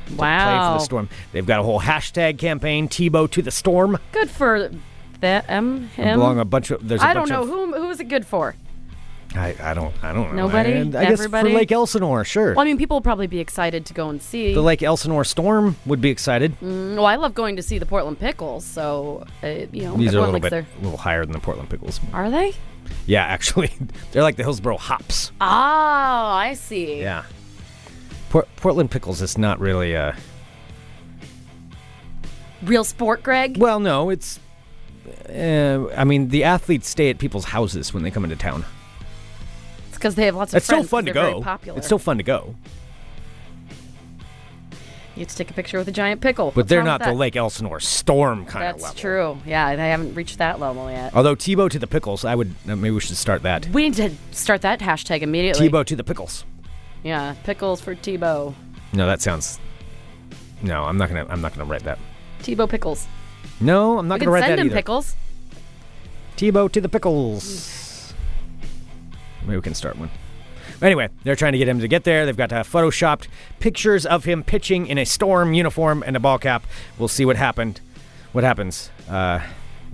Speaker 6: Play
Speaker 7: Wow.
Speaker 6: for the storm. They've got a whole hashtag campaign, Tebow to the storm.
Speaker 7: Good for that. Um, him.
Speaker 6: Along a bunch of there's a
Speaker 7: I don't
Speaker 6: bunch
Speaker 7: know
Speaker 6: of
Speaker 7: who who is it good for.
Speaker 6: I, I don't I don't know.
Speaker 7: Nobody?
Speaker 6: And I guess for
Speaker 7: Everybody?
Speaker 6: Lake Elsinore, sure.
Speaker 7: Well, I mean, people will probably be excited to go and see.
Speaker 6: the Lake Elsinore Storm would be excited.
Speaker 7: well, I love going to see the Portland Pickles, so uh, you know,
Speaker 6: These are a
Speaker 7: everyone
Speaker 6: little
Speaker 7: likes
Speaker 6: bit
Speaker 7: their.
Speaker 6: a little higher than the Portland Pickles.
Speaker 7: Are they?
Speaker 6: Yeah, actually, <laughs> they're like the Hillsboro hops.
Speaker 7: Oh, I see.
Speaker 6: Yeah. Port- Portland Pickles is not really a
Speaker 7: Real sport, Greg.
Speaker 6: well, no, it's. Uh, I mean, the athletes stay at people's houses when they come into town.
Speaker 7: It's because they have lots of
Speaker 6: It's still
Speaker 7: friends.
Speaker 6: fun to
Speaker 7: they're
Speaker 6: go.
Speaker 7: Very popular.
Speaker 6: It's still fun to go,
Speaker 7: you get to take a picture with a giant pickle.
Speaker 6: but
Speaker 7: What's
Speaker 6: they're
Speaker 7: wrong
Speaker 6: not
Speaker 7: with
Speaker 6: the
Speaker 7: that?
Speaker 6: Lake Elsinore Storm kind of
Speaker 7: That's
Speaker 6: level.
Speaker 7: true. Yeah, they haven't reached that level yet.
Speaker 6: Although Tebow to the pickles, I would uh, maybe we should start that.
Speaker 7: We need to start that hashtag immediately.
Speaker 6: Tebow to the pickles.
Speaker 7: Yeah, pickles for Tebow.
Speaker 6: No, that sounds. No, I'm not gonna. I'm not gonna write that.
Speaker 7: Tebow pickles.
Speaker 6: No, I'm not
Speaker 7: We
Speaker 6: gonna
Speaker 7: can
Speaker 6: write
Speaker 7: send
Speaker 6: that
Speaker 7: him
Speaker 6: either.
Speaker 7: pickles.
Speaker 6: Tebow to the pickles. Maybe we can start one. Anyway, they're trying to get him to get there. They've got uh, photoshopped pictures of him pitching in a storm uniform and a ball cap. We'll see what happened. What happens? Uh,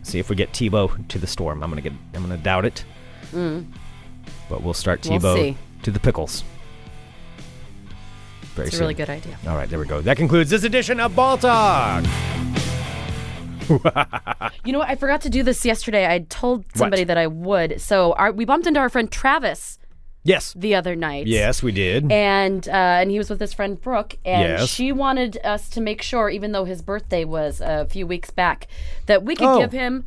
Speaker 6: see if we get Tebow to the storm. I'm gonna get. I'm gonna doubt it. But we'll start
Speaker 7: Mm. We'll
Speaker 6: Tebow
Speaker 7: see.
Speaker 6: to the pickles. Very
Speaker 7: It's a really
Speaker 6: soon.
Speaker 7: good idea.
Speaker 6: All right, there we go. That concludes this edition of Ball Talk.
Speaker 7: You know what? I forgot to do this yesterday. I told somebody that I would. So our, we bumped into our friend Travis
Speaker 6: Yes.
Speaker 7: the other night.
Speaker 6: Yes, we did.
Speaker 7: And uh, and he was with his friend Brooke, and
Speaker 6: Yes.
Speaker 7: she wanted us to make sure, even though his birthday was a few weeks back, that we could
Speaker 6: Oh.
Speaker 7: give him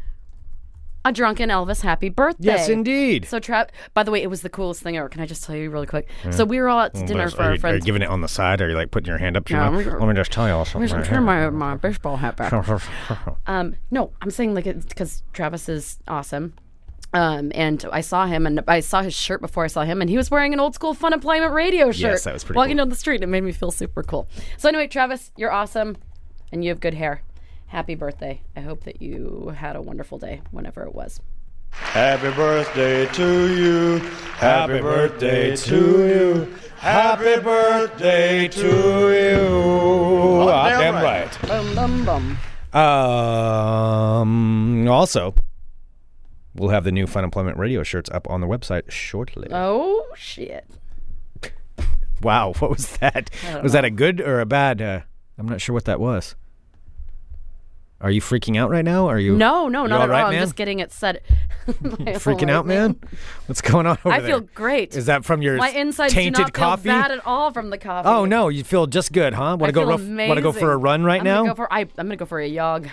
Speaker 7: a drunken Elvis happy birthday.
Speaker 6: yes, indeed.
Speaker 7: So Trav, by the way, it was the coolest thing ever. Can I just tell you really quick? So we were all out to dinner
Speaker 6: Liz,
Speaker 7: for
Speaker 6: are
Speaker 7: our
Speaker 6: you, Are you
Speaker 7: friends.
Speaker 6: giving it on the side? Or are you like putting your hand up? to your
Speaker 7: No,
Speaker 6: mouth?
Speaker 7: I'm-
Speaker 6: Let me just tell you all something.
Speaker 7: Where's-
Speaker 6: right
Speaker 7: turn
Speaker 6: here.
Speaker 7: my, my baseball hat back.
Speaker 6: <laughs>
Speaker 7: Um, no, I'm saying like it's because Travis is awesome. Um, and I saw him, and I saw his shirt before I saw him, and he was wearing an old school Fun Employment Radio shirt.
Speaker 6: that was pretty
Speaker 7: Walking
Speaker 6: cool.
Speaker 7: down the street, and it made me feel super cool. So anyway, Travis, you're awesome, and you have good hair. Happy birthday! I hope that you had a wonderful day, whenever it was.
Speaker 5: Happy birthday to you. Happy birthday to you. Happy birthday to
Speaker 6: Oh,
Speaker 5: you. i damn right.
Speaker 7: Bum bum bum.
Speaker 6: um. Also, we'll have the new Fun Employment Radio shirts up on the website shortly.
Speaker 7: Oh shit!
Speaker 6: wow, what was that? Was that a good or a bad? Uh, I'm not sure what that was. Are you freaking out right now? Are you?
Speaker 7: No, no,
Speaker 6: you
Speaker 7: not
Speaker 6: all
Speaker 7: at
Speaker 6: right,
Speaker 7: all.
Speaker 6: Man?
Speaker 7: I'm just getting it <laughs> set.
Speaker 6: Freaking out, man. What's going on over
Speaker 7: I
Speaker 6: there?
Speaker 7: feel great.
Speaker 6: Is that from your
Speaker 7: My insides
Speaker 6: tainted
Speaker 7: do not
Speaker 6: coffee?
Speaker 7: feel bad at all from the coffee.
Speaker 6: Oh no, you feel just good, huh? Want
Speaker 7: I
Speaker 6: to go?
Speaker 7: feel
Speaker 6: Want to go for a
Speaker 7: amazing.
Speaker 6: run right
Speaker 7: I'm
Speaker 6: now?
Speaker 7: Gonna go for, I, am gonna go for a jog.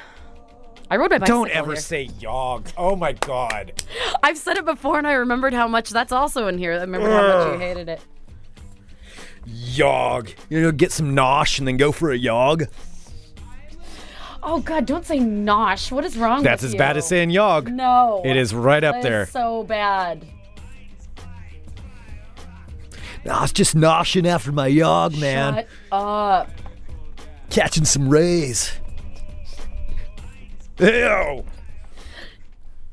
Speaker 7: I rode my bicycle.
Speaker 6: Don't ever
Speaker 7: here.
Speaker 6: say yog. Oh my god.
Speaker 7: I've said it before, and I remembered how much that's also in here. I remember how much you hated it.
Speaker 6: Yog. You know, get some nosh and then go for a yog.
Speaker 7: Oh God! Don't say nosh. What is wrong?
Speaker 6: That's
Speaker 7: with
Speaker 6: as
Speaker 7: you?
Speaker 6: bad as saying yog.
Speaker 7: No.
Speaker 6: It is right up
Speaker 7: That is
Speaker 6: there.
Speaker 7: so bad.
Speaker 6: I was just noshing after my yog, man.
Speaker 7: Shut up.
Speaker 6: Catching some rays. Ew.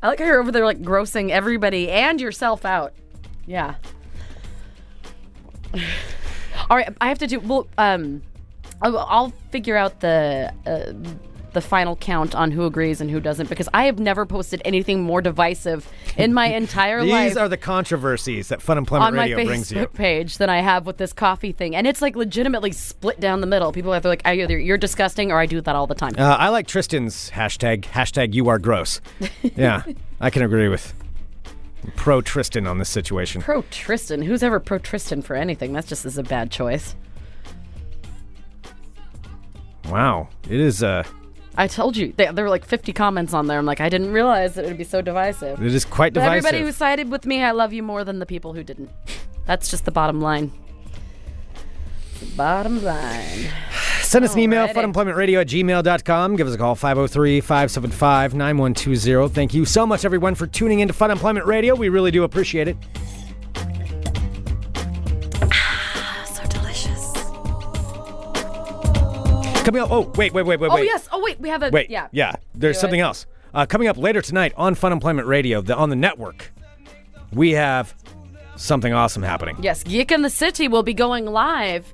Speaker 7: I like how you're over there like grossing everybody and yourself out. Yeah. <sighs> All right, I have to do. Well, um, I'll, I'll figure out the uh, the final count on who agrees and who doesn't because I have never posted anything more divisive in
Speaker 6: <laughs>
Speaker 7: my entire
Speaker 6: These
Speaker 7: life
Speaker 6: are the controversies that Fun Employment
Speaker 7: on my
Speaker 6: Radio
Speaker 7: Facebook
Speaker 6: brings you.
Speaker 7: page than I have with this coffee thing, and it's like legitimately split down the middle. People are like, "I either you're disgusting or I do that all the time."
Speaker 6: Uh, I like Tristan's hashtag, hashtag you are
Speaker 7: <laughs>
Speaker 6: gross. Yeah, I can agree with pro Tristan on this situation.
Speaker 7: Pro Tristan. Who's ever pro Tristan for anything? That's just is a bad choice.
Speaker 6: Wow. It is, uh,
Speaker 7: I told you they, there were like 50 comments on there. I'm like, I didn't realize it would be so divisive.
Speaker 6: it is quite
Speaker 7: But
Speaker 6: divisive.
Speaker 7: everybody who sided with me, I love you more than the people who didn't. <laughs> That's just the bottom line. The bottom line.
Speaker 6: Send us an email,
Speaker 7: Alrighty.
Speaker 6: funemploymentradio at gmail.com. Give us a call, 503 575 9120. Thank you so much, everyone, for tuning in to Fun Employment Radio. We really do appreciate it.
Speaker 7: So delicious.
Speaker 6: Coming up, oh, wait, wait, wait, wait,
Speaker 7: Oh
Speaker 6: wait.
Speaker 7: yes. Oh wait, we have a
Speaker 6: Wait,
Speaker 7: yeah.
Speaker 6: yeah. There's
Speaker 7: Do
Speaker 6: something
Speaker 7: it.
Speaker 6: else. Uh, coming up later tonight on Fun Employment Radio, the, on the network, we have something awesome happening.
Speaker 7: Yes, Geek in the City will be going live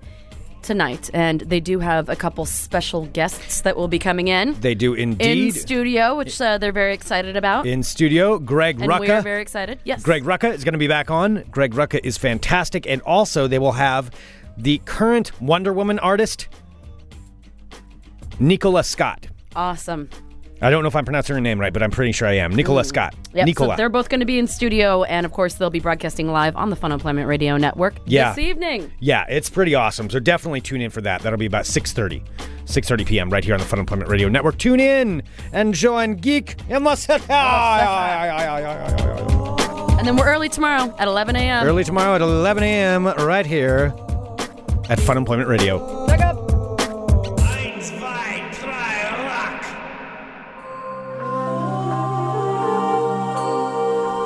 Speaker 7: tonight, and they do have a couple special guests that will be coming in
Speaker 6: They do
Speaker 7: in
Speaker 6: indeed.
Speaker 7: studio, which uh, they're very excited about.
Speaker 6: In studio, Greg
Speaker 7: and we are
Speaker 6: Rucka.
Speaker 7: very excited. Yes,
Speaker 6: Greg Rucka is going to be back on. Greg Rucka is fantastic. And also, they will have the current Wonder Woman artist, Nicola Scott.
Speaker 7: awesome.
Speaker 6: I don't know if I'm pronouncing her name right, but I'm pretty sure I am. Nicola Scott.
Speaker 7: Yep, so
Speaker 6: Nicola.
Speaker 7: they're both going to be in studio, and of course, they'll be broadcasting live on the Fun Employment Radio Network
Speaker 6: Yeah.
Speaker 7: this evening.
Speaker 6: yeah, it's pretty awesome. So definitely tune in for that. That'll be about 6.30. 6.30 p.m. right here on the Fun Employment Radio Network. Tune in and join Geek and myself.
Speaker 7: And then we're early tomorrow at 11 a.m.
Speaker 6: Early tomorrow at 11 a.m. right here at Fun Employment Radio.